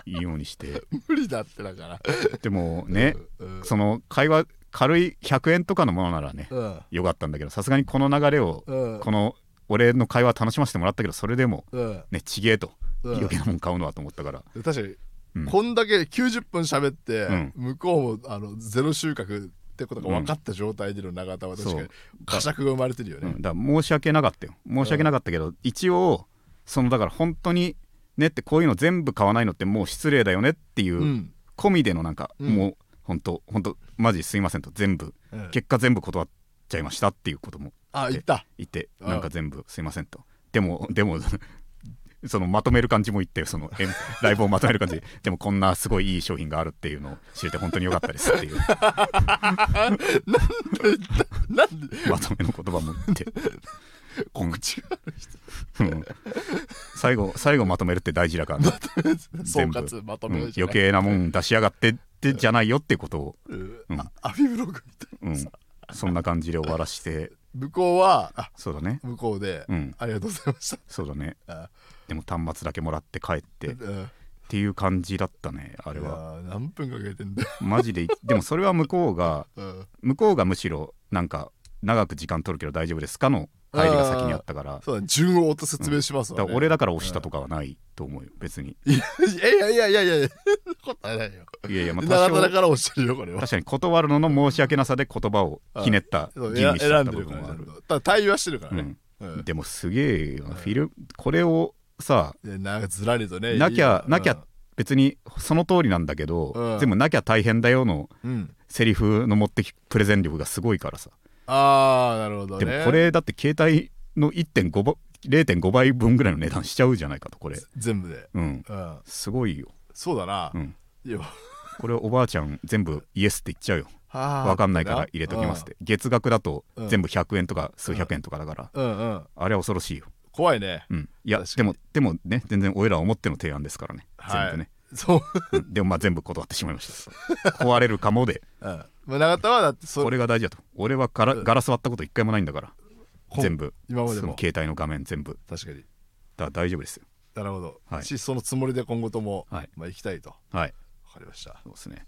Speaker 1: 言うようにして
Speaker 2: 今まで無理だってだから
Speaker 1: でもね
Speaker 2: うん
Speaker 1: その会話軽い100円とかのものならね
Speaker 2: うん
Speaker 1: よかったんだけどさすがにこの流れを
Speaker 2: うん
Speaker 1: この俺の会話楽しませてもらったけどそれでも
Speaker 2: うん
Speaker 1: ねちげえと
Speaker 2: うん
Speaker 1: 余計なもん買うのはと思ったから、
Speaker 2: 確かに、
Speaker 1: うん
Speaker 2: こんだけ90分喋って、
Speaker 1: うん
Speaker 2: 向こうもあのゼロ収穫ってことが分かった状態での永田は確か
Speaker 1: そ
Speaker 2: に
Speaker 1: う
Speaker 2: 呵責が生まれてるよ
Speaker 1: う
Speaker 2: ね
Speaker 1: ん、、だから申し訳なかったよ申し訳なかったけど、一応そのだから本当にねってこういうの全部買わないのってもう失礼だよねっていううん込みでのなんか、
Speaker 2: うん
Speaker 1: もう本当本当マジすいませんと全部
Speaker 2: うん
Speaker 1: 結果全部断っちゃいましたっていうことも
Speaker 2: あ言った
Speaker 1: いて
Speaker 2: うん
Speaker 1: なんか全部すいませんとでも でもそのまとめる感じも言ってそのえんライブをまとめる感じ でもこんなすごいいい商品があるっていうのを知れて本当に良かったですって いう
Speaker 2: なんで
Speaker 1: まとめの言葉も言って
Speaker 2: 告知が
Speaker 1: うん最後最後まとめるって大事だからね、
Speaker 2: 総
Speaker 1: 全部
Speaker 2: 括まと
Speaker 1: うん
Speaker 2: めるじゃ
Speaker 1: 余
Speaker 2: ない、
Speaker 1: 計なもん出しやがってってじゃないよってことを、
Speaker 2: うんあアフィブログみたいな
Speaker 1: うん、そんな感じで終わらして
Speaker 2: 向こうはあ
Speaker 1: そうだね
Speaker 2: 向こうで、
Speaker 1: うん
Speaker 2: ありがとうございました
Speaker 1: そうだね
Speaker 2: あ
Speaker 1: でも端末だけもらって帰ってっ
Speaker 2: うん
Speaker 1: ていう感じだったねあれ
Speaker 2: いや
Speaker 1: は
Speaker 2: ー何分かけてんだよ、
Speaker 1: マジででもそれは向こうが
Speaker 2: うん
Speaker 1: 向こうがむしろなんか長く時間取るけど大丈夫ですかの入りが先にあったから
Speaker 2: そうだね順を追って説明します
Speaker 1: だか
Speaker 2: わ、ね
Speaker 1: ら俺だから押したとかはないと思うよ別に
Speaker 2: いやいやいやいやいやそんなことはないよ
Speaker 1: いやいやまあ
Speaker 2: 長
Speaker 1: 多
Speaker 2: 田だ
Speaker 1: 少
Speaker 2: からおっしゃるよこれは
Speaker 1: 確かに断るのの申し訳なさで言葉をひねった
Speaker 2: そう
Speaker 1: 吟
Speaker 2: 選
Speaker 1: 味しちゃ
Speaker 2: 選
Speaker 1: っ
Speaker 2: ん
Speaker 1: た
Speaker 2: で
Speaker 1: 部
Speaker 2: るか
Speaker 1: 分は
Speaker 2: らち
Speaker 1: あ
Speaker 2: ゃ
Speaker 1: る
Speaker 2: ん、とただ対話してるからね、うん
Speaker 1: でもすげえよなフィルこれをさ
Speaker 2: でなんかずらりとね
Speaker 1: なきゃ
Speaker 2: いい
Speaker 1: なきゃ別にその通りなんだけ
Speaker 2: う
Speaker 1: ど
Speaker 2: ん
Speaker 1: でもなきゃ大変だよの
Speaker 2: うん、うん
Speaker 1: セリフの持ってきプレゼン力がすごいからさ
Speaker 2: ああなるほど
Speaker 1: で
Speaker 2: ね
Speaker 1: もこれだって携帯の1.5倍0.5倍分ぐらいの値段しちゃうじゃないかとこれ
Speaker 2: 全部で、
Speaker 1: うん
Speaker 2: うん、
Speaker 1: すごいよ、
Speaker 2: そうだな、
Speaker 1: うん、
Speaker 2: いや
Speaker 1: これおばあちゃん全部イエスって言っちゃうよ
Speaker 2: わ
Speaker 1: わかんないから入れときますって月額だと
Speaker 2: うん
Speaker 1: 全部100円とか数百円とかだから
Speaker 2: うんうん、うん、
Speaker 1: あれは恐ろしいよ、
Speaker 2: 怖いね
Speaker 1: うん、いや
Speaker 2: 確
Speaker 1: で
Speaker 2: か
Speaker 1: もでもね全然俺ら思っての提案ですからね
Speaker 2: はい
Speaker 1: 全部ね、
Speaker 2: そう、
Speaker 1: うんでもまあ全部断ってしまいました壊れるかも で
Speaker 2: うん、まあ永田はだってそ
Speaker 1: これが大事だと俺はガラガラス割ったこと一回もないんだから
Speaker 2: こん
Speaker 1: 全部
Speaker 2: 今まで
Speaker 1: その
Speaker 2: も
Speaker 1: 携帯の画面全部
Speaker 2: 確かに
Speaker 1: だから大丈夫ですよ
Speaker 2: なるほど、
Speaker 1: はい
Speaker 2: しそのつもりで今後とも、
Speaker 1: はい
Speaker 2: まあ、行きたいとわ
Speaker 1: はい
Speaker 2: かりました
Speaker 1: そうですね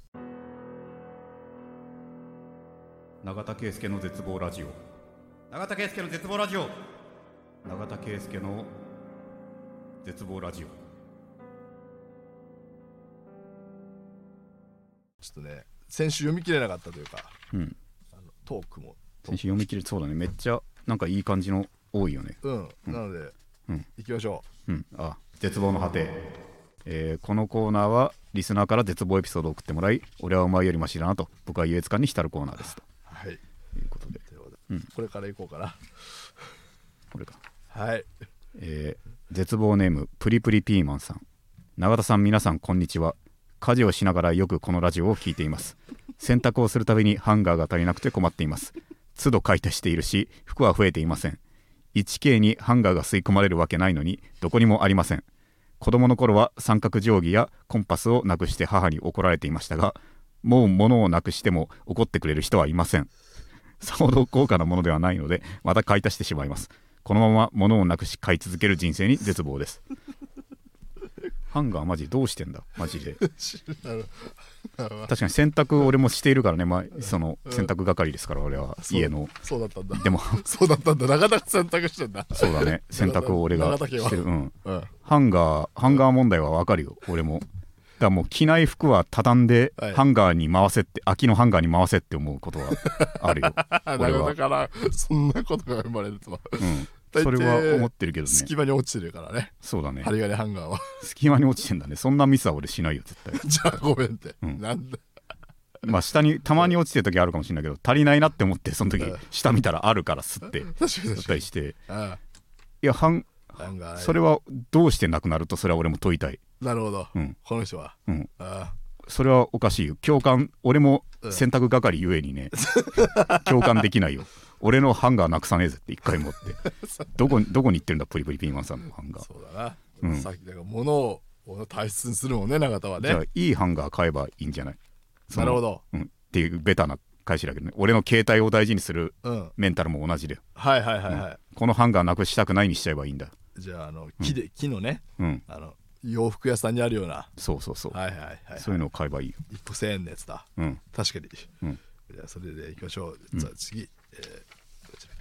Speaker 1: 永田圭介の絶望ラジオ永田圭介の絶望ラジオ永田圭介の絶望ラジオ
Speaker 2: ちょっとね先週読み切れなかったというか
Speaker 1: うん
Speaker 2: あのトークも
Speaker 1: 先週読み切れそうだねめっちゃなんかいい感じの多いよね
Speaker 2: うん、なので、
Speaker 1: うん
Speaker 2: 行きましょ
Speaker 1: うんあ絶望の果て、えーこのコーナーはリスナーから絶望エピソードを送ってもらい俺はお前よりマシだなと僕は優越感に浸るコーナーですと
Speaker 2: うはい
Speaker 1: いうことで
Speaker 2: ということで、これから行こうかな
Speaker 1: これか
Speaker 2: はい
Speaker 1: えー絶望ネームプリプリピーマンさん永田さん皆さんこんにちは家事をしながらよくこのラジオを聞いています洗濯をするたびにハンガーが足りなくて困っています都度買い足しているし服は増えていません 1K にハンガーが吸い込まれるわけないのにどこにもありません子供の頃は三角定規やコンパスをなくして母に怒られていましたがもう物をなくしても怒ってくれる人はいませんさほど高価なものではないのでまた買い足してしまいますこのまま物をなくし買い続ける人生に絶望ですハンガーマジどうしてんだマジで確かに洗濯俺もしているからね、まあ、その洗濯係ですから俺は
Speaker 2: そう
Speaker 1: 家の
Speaker 2: そうだったんだ
Speaker 1: でも
Speaker 2: そうだったんだなかなか選択してんだ
Speaker 1: そうだね洗濯を俺が
Speaker 2: 長竹は
Speaker 1: してる、うん、
Speaker 2: うん
Speaker 1: ハンガーハンガー問題はわかるよ俺もだからもう着ない服は畳んで
Speaker 2: はい
Speaker 1: ハンガーに回せって空きのハンガーに回せって思うことはある よ
Speaker 2: あ
Speaker 1: 俺
Speaker 2: 長
Speaker 1: は
Speaker 2: 田、からそんなことが生まれるとは
Speaker 1: うん、
Speaker 2: 大抵
Speaker 1: それは思ってるけどね
Speaker 2: 隙間に落ちてるからね
Speaker 1: そうだね
Speaker 2: 針金ハンガーは
Speaker 1: 隙間に落ちてんだねそんなミスは俺しないよ絶 対
Speaker 2: じゃあごめんって、
Speaker 1: ん
Speaker 2: なんで
Speaker 1: まあ下にたまに落ちてる時あるかもしれないけど足りないなって思ってその時下見たらあるからすってや
Speaker 2: 確かに
Speaker 1: っ
Speaker 2: 確
Speaker 1: た
Speaker 2: かに
Speaker 1: りして
Speaker 2: あ
Speaker 1: いやハン
Speaker 2: あハンガーね
Speaker 1: それはどうしてなくなるとそれは俺も問いたい、
Speaker 2: なるほど、
Speaker 1: うん
Speaker 2: この人は
Speaker 1: うん、
Speaker 2: あ
Speaker 1: それはおかしいよ共感俺も洗濯係ゆえに ね、共感できないよ俺のハンガーなくさねえぜって一回持ってどこにどこに行ってるんだプリプリピーマンさんのハンガ
Speaker 2: あ
Speaker 1: ー、
Speaker 2: そうだな、
Speaker 1: うん
Speaker 2: さっきだから物を物を大切にするもんね永田は
Speaker 1: じゃあ
Speaker 2: ね
Speaker 1: いいハンガー買えばいいんじゃないそ
Speaker 2: な
Speaker 1: の
Speaker 2: るほど
Speaker 1: うん、っていうベタな返しだけどね俺の携帯を大事にする
Speaker 2: うん
Speaker 1: メンタルも同じで、
Speaker 2: はいはいはいはい、
Speaker 1: このハンガーなくしたくないにしちゃえばいいんだ
Speaker 2: じゃああの木で、木のね
Speaker 1: うん
Speaker 2: あの洋服屋さんにあるような
Speaker 1: そうそうそう、
Speaker 2: はいはいはいはい
Speaker 1: そういうのを買えばいいよ
Speaker 2: 一歩千円のやつだ
Speaker 1: うん
Speaker 2: 確かに、
Speaker 1: うん
Speaker 2: じゃあそれでいきましょう、じゃあ次、えーこちら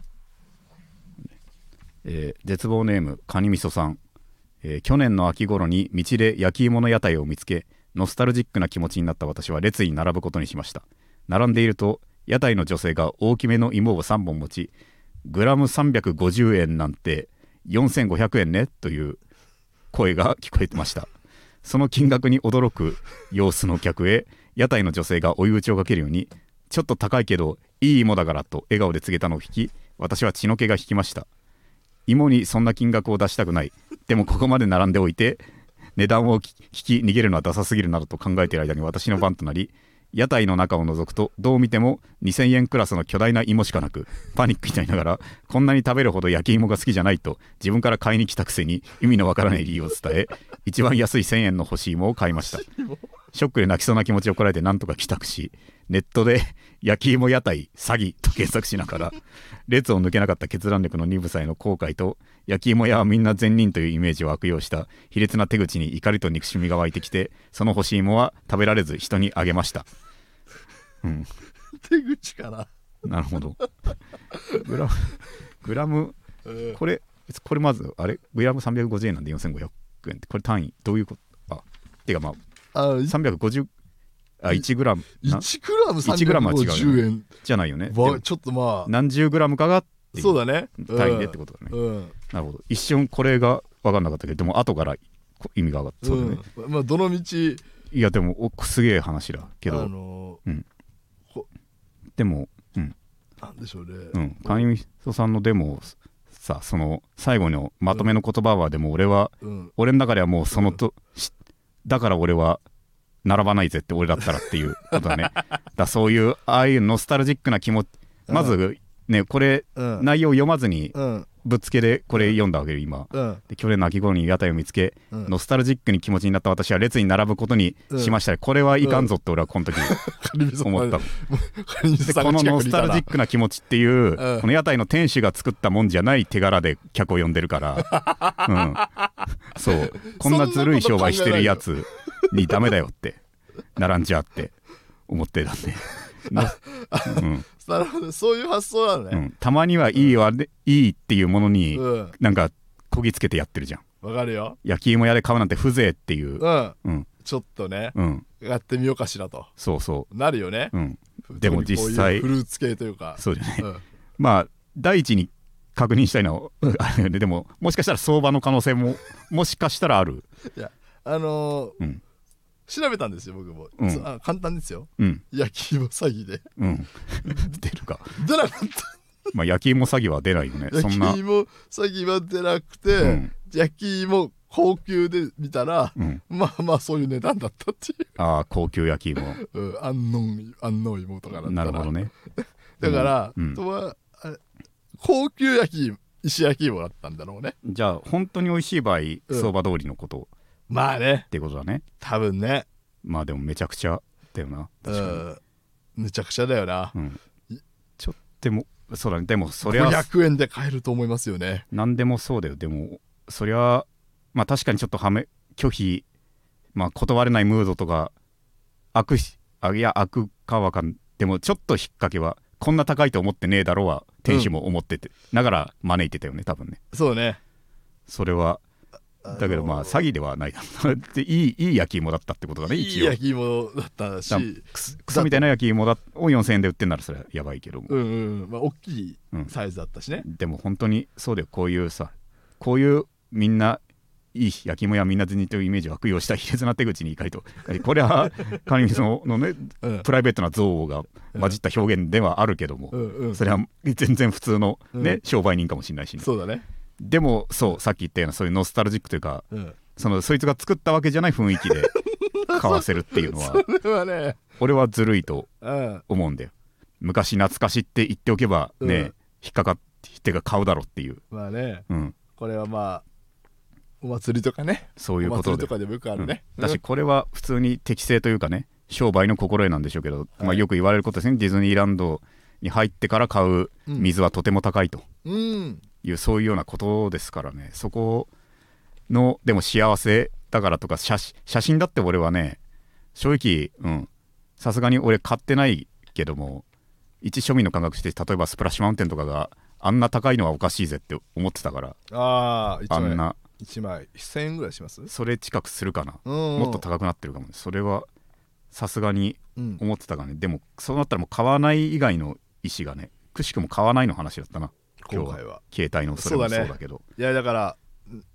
Speaker 1: えー絶望ネームカニみそさん、えー去年の秋頃に道で焼き芋の屋台を見つけノスタルジックな気持ちになった私は列に並ぶことにしました並んでいると屋台の女性が大きめの芋を3本持ちグラム350円なんて4500円ねという声が聞こえてましたその金額に驚く様子の客へ屋台の女性が追い打ちをかけるようにちょっと高いけどいい芋だからと笑顔で告げたのを聞き私は血の気が引きました芋にそんな金額を出したくないでもここまで並んでおいて値段を聞き聞き逃げるのはダサすぎるなどと考えている間に私の番となり屋台の中を覗くとどう見ても2000円クラスの巨大な芋しかなくパニックになりながらこんなに食べるほど焼き芋が好きじゃないと自分から買いに来たくせに意味のわからない理由を伝え一番安い1000円の干し芋を買いましたショックで泣きそうな気持ちをこらえてなんとか帰宅しネットで 焼き芋屋台詐欺と検索しながら 列を抜けなかった決断力の鈍さへの後悔と焼き芋屋はみんな善人というイメージを悪用した卑劣な手口に怒りと憎しみが湧いてきてその干し芋は食べられず人にあげました
Speaker 2: 手口かな、
Speaker 1: なるほどグラムグラム
Speaker 2: うん
Speaker 1: これこれまずあれグラム350円なんで4500円ってこれ単位どういうことあてかまあ
Speaker 2: あい
Speaker 1: 350あ1グラムな
Speaker 2: 1グラム
Speaker 1: 1グラムは違うよね
Speaker 2: 350円
Speaker 1: じゃないよねで
Speaker 2: わ
Speaker 1: も
Speaker 2: ちょっとまあ
Speaker 1: 何十グラムかがってい
Speaker 2: そう
Speaker 1: う
Speaker 2: だね
Speaker 1: 単位でってことだね
Speaker 2: うん
Speaker 1: なるほど一瞬これが分かんなかったけどでも後からこ意味が分かったそうだね、
Speaker 2: うんまあどの道
Speaker 1: いやでもおすげえ話だけ
Speaker 2: あ
Speaker 1: ど
Speaker 2: の
Speaker 1: うん
Speaker 2: ほ
Speaker 1: でもうん
Speaker 2: なんでしょうね、
Speaker 1: うんカニミソさんのでもさその最後のまとめの言葉はでも俺は
Speaker 2: うん
Speaker 1: 俺の中ではもうそのと、しだから俺は並ばないぜって俺だったらっていうこと だねだそういうああいうノスタルジックな気持ちまずねこれ、
Speaker 2: うん
Speaker 1: 内容読まずに
Speaker 2: うん
Speaker 1: ぶっつけでこれ読んだわけよ今
Speaker 2: うん
Speaker 1: で去年の秋頃に屋台を見つけ、
Speaker 2: うん
Speaker 1: ノスタルジックに気持ちになった私は列に並ぶことにしました、これはいかんぞって俺はこの 時
Speaker 2: カニミソ
Speaker 1: 思った、
Speaker 2: カニミソ
Speaker 1: で
Speaker 2: さん
Speaker 1: こ
Speaker 2: が
Speaker 1: の
Speaker 2: 近
Speaker 1: ノ
Speaker 2: くに
Speaker 1: ス
Speaker 2: いた
Speaker 1: タ
Speaker 2: ら
Speaker 1: ルジックな気持ちっていう、
Speaker 2: うん
Speaker 1: この屋台の店主が作ったもんじゃない手柄で客を呼んでる から、うん、そうこんなずるい商売してるやつにダメだよって並んじゃって思ってたんで、なうん
Speaker 2: なるほどそういう発想なの
Speaker 1: う
Speaker 2: ね
Speaker 1: ん、たまにはいいわ、ねいいっていうものに
Speaker 2: うんわ、
Speaker 1: なんかこぎつけてやってるじゃん
Speaker 2: かるよ
Speaker 1: 焼き芋屋で買うなんて風情っていう、
Speaker 2: うん
Speaker 1: うん
Speaker 2: ちょっとね
Speaker 1: うん、
Speaker 2: やってみようかしらと
Speaker 1: そうそ
Speaker 2: なるよね
Speaker 1: う、うん、でも
Speaker 2: 特にこういう
Speaker 1: 実際
Speaker 2: フルーツ系というか
Speaker 1: そうじゃない
Speaker 2: うん
Speaker 1: まあ第一に確認したいのは あれよねでももしかしたら相場の可能性ももしかしたらある
Speaker 2: いやあの
Speaker 1: う
Speaker 2: ー
Speaker 1: ん
Speaker 2: 調べたんですよ僕も、
Speaker 1: うん
Speaker 2: つあ簡単ですよ
Speaker 1: うん
Speaker 2: 焼き芋詐欺で
Speaker 1: うん 出るか
Speaker 2: 出なかっ
Speaker 1: まあ焼き芋詐欺は出ないよね
Speaker 2: た
Speaker 1: そ
Speaker 2: 焼き
Speaker 1: んな
Speaker 2: 芋詐欺は出なくて、
Speaker 1: うん
Speaker 2: 焼き芋高級で見たら、
Speaker 1: うん
Speaker 2: まあまあそういう値段だったってい
Speaker 1: ああ高級焼き芋
Speaker 2: う、うん、安納安納芋とかだったら
Speaker 1: なるほどね
Speaker 2: だから、
Speaker 1: うんうん
Speaker 2: とはあれ高級焼き芋石焼き芋だったんだろうね
Speaker 1: じゃあ本当に美味しい場合
Speaker 2: うん
Speaker 1: 相場通りのことっ
Speaker 2: まあね
Speaker 1: ていうことだね
Speaker 2: 多分ね
Speaker 1: まあでもめちゃくちゃだよな確かに
Speaker 2: うん、めちゃくちゃだよな、
Speaker 1: うんちょっとでもそうだねでもそりゃ
Speaker 2: 500円で買えると思いますよね
Speaker 1: 何でもそうだよでもそりゃまあ確かにちょっとはめ拒否まあ断れないムードとか悪しあいや悪かわかんでもちょっと引っ掛けはこんな高いと思ってねえだろうは店主も思ってて、だから招いてたよね多分ね
Speaker 2: そうね
Speaker 1: それはだけどまあ詐欺ではない だろうなでいいいい焼き芋だったってことだね
Speaker 2: いい
Speaker 1: 一応
Speaker 2: 焼き芋だったし
Speaker 1: だ
Speaker 2: う
Speaker 1: クソクソみたいな焼き芋だを4000円で売ってんならそれはやばいけども、
Speaker 2: んうんまあ大きい
Speaker 1: うん
Speaker 2: サイズだったしね、
Speaker 1: でも本当にそうだよこういうさこういうみんないい焼き芋やみんな銭というイメージを悪用した卑劣な手口に怒りと これは神ミののね
Speaker 2: うん
Speaker 1: プライベートな憎悪が混じった表現ではあるけども、
Speaker 2: うんうん、
Speaker 1: それは全然普通の、ね
Speaker 2: うん
Speaker 1: 商売人かもしれないしね、
Speaker 2: そうだね、
Speaker 1: でもそうさっき言ったようなそういうノスタルジックというか
Speaker 2: うん、
Speaker 1: そのそいつが作ったわけじゃない雰囲気で買わせるっていうのは
Speaker 2: それはね、
Speaker 1: 俺はずるいと
Speaker 2: うん、
Speaker 1: 思うんだよ昔懐かしって言っておけばね、
Speaker 2: うん
Speaker 1: 引っかかって手が買うだろうっていう、
Speaker 2: まあね
Speaker 1: うん、
Speaker 2: これはまあお祭りとかね
Speaker 1: そういうこ
Speaker 2: お
Speaker 1: と
Speaker 2: 祭り
Speaker 1: で
Speaker 2: と。かでもよくあるね、
Speaker 1: うんだしこれは普通に適正というかね商売の心得なんでしょうけど、まあ、よく言われることですねディズニーランドに入ってから買う水はとても高いと
Speaker 2: うん、うん
Speaker 1: いう、そういうようなことですからねそこのでも幸せだからとか写真写真だって俺はね正直うんさすがに俺買ってないけども一庶民の感覚として例えばスプラッシュマウンテンとかがあんな高いのはおかしいぜって思ってたから
Speaker 2: ああ
Speaker 1: あ
Speaker 2: 1
Speaker 1: ん
Speaker 2: 枚
Speaker 1: な
Speaker 2: 1枚1000円ぐらいしますうん
Speaker 1: それ近くするかなも
Speaker 2: も
Speaker 1: っと高くなってるかもねそれはさすがに
Speaker 2: うん
Speaker 1: 思ってたからねでもそうなったらもう買わない以外の意思がねくしくも買わないの話だったな今
Speaker 2: 今
Speaker 1: 日
Speaker 2: 回
Speaker 1: は
Speaker 2: は
Speaker 1: 携帯のそれも
Speaker 2: そ
Speaker 1: そう
Speaker 2: だね
Speaker 1: うだけど
Speaker 2: いやだから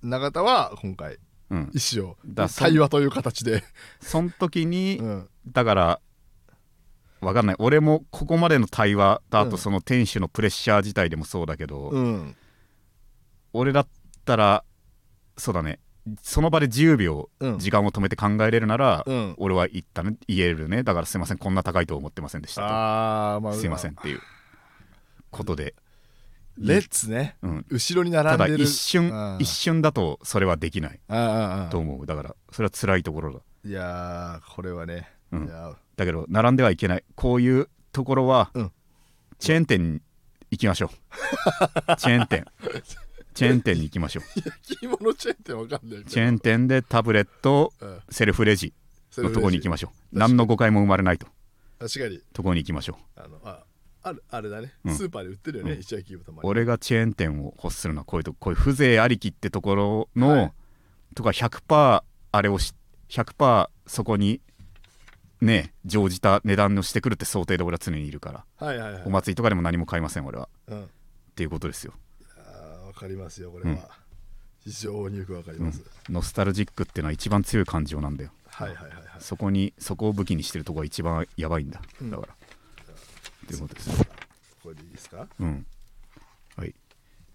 Speaker 2: ん永田は今回
Speaker 1: うん
Speaker 2: 意思を
Speaker 1: だそう
Speaker 2: 対話という形で、
Speaker 1: その時に、
Speaker 2: うん、
Speaker 1: だからわかんない俺もここまでの対話とあ
Speaker 2: うん
Speaker 1: とその店主のプレッシャー自体でもそうだけど、
Speaker 2: うん、
Speaker 1: 俺だったらそうだねその場で10秒
Speaker 2: うん
Speaker 1: 時間を止めて考えれるなら、
Speaker 2: うん
Speaker 1: 俺は言ったね言えるねだからすいませんこんな高いと思ってませんでした
Speaker 2: ああまあ
Speaker 1: とすいませんっていうことで、
Speaker 2: レッツね
Speaker 1: うん、
Speaker 2: 後ろに
Speaker 1: た
Speaker 2: 並
Speaker 1: だ
Speaker 2: んでる
Speaker 1: 一瞬
Speaker 2: うん
Speaker 1: 一瞬だとそれはできない
Speaker 2: ああああ
Speaker 1: と思うだからそれは辛いところだ
Speaker 2: いやーこれはね、
Speaker 1: うん
Speaker 2: いやー
Speaker 1: だけど並んではいけないこういうところは、
Speaker 2: うん
Speaker 1: チェーン店に行きましょ うチェーン店チェーン店に行きましょう
Speaker 2: 焼き物チェーンってわかんない
Speaker 1: チェーン店でタブレット
Speaker 2: うん
Speaker 1: セルフレジのとこに行きま
Speaker 2: し
Speaker 1: しょう
Speaker 2: 確かに
Speaker 1: 何の誤解も生まれないと
Speaker 2: ょう確かに
Speaker 1: とこに行きましょ
Speaker 2: あのああるあれだね、
Speaker 1: うん
Speaker 2: スーパーで売ってるよね、
Speaker 1: うん
Speaker 2: 一焼き豚
Speaker 1: う
Speaker 2: ま
Speaker 1: 俺がチェーン店を欲するのはこういうとここういう風情ありきってところの、
Speaker 2: はい
Speaker 1: とか100%あれをし100%そこにね乗じた値段をしてくるって想定で俺は常にいるから
Speaker 2: はいはいはい
Speaker 1: お祭りとかでも何も買いません俺は
Speaker 2: うん
Speaker 1: っていうことですよ
Speaker 2: あーわかりますよこれは、非常によくわかります、
Speaker 1: ノスタルジックっていうのは一番強い感情なんだよ
Speaker 2: はいはいはいはい
Speaker 1: そこにそこを武器にしてるとこが一番やばいんだ
Speaker 2: うん
Speaker 1: だから、っていうことです
Speaker 2: これでいいですか
Speaker 1: うんはい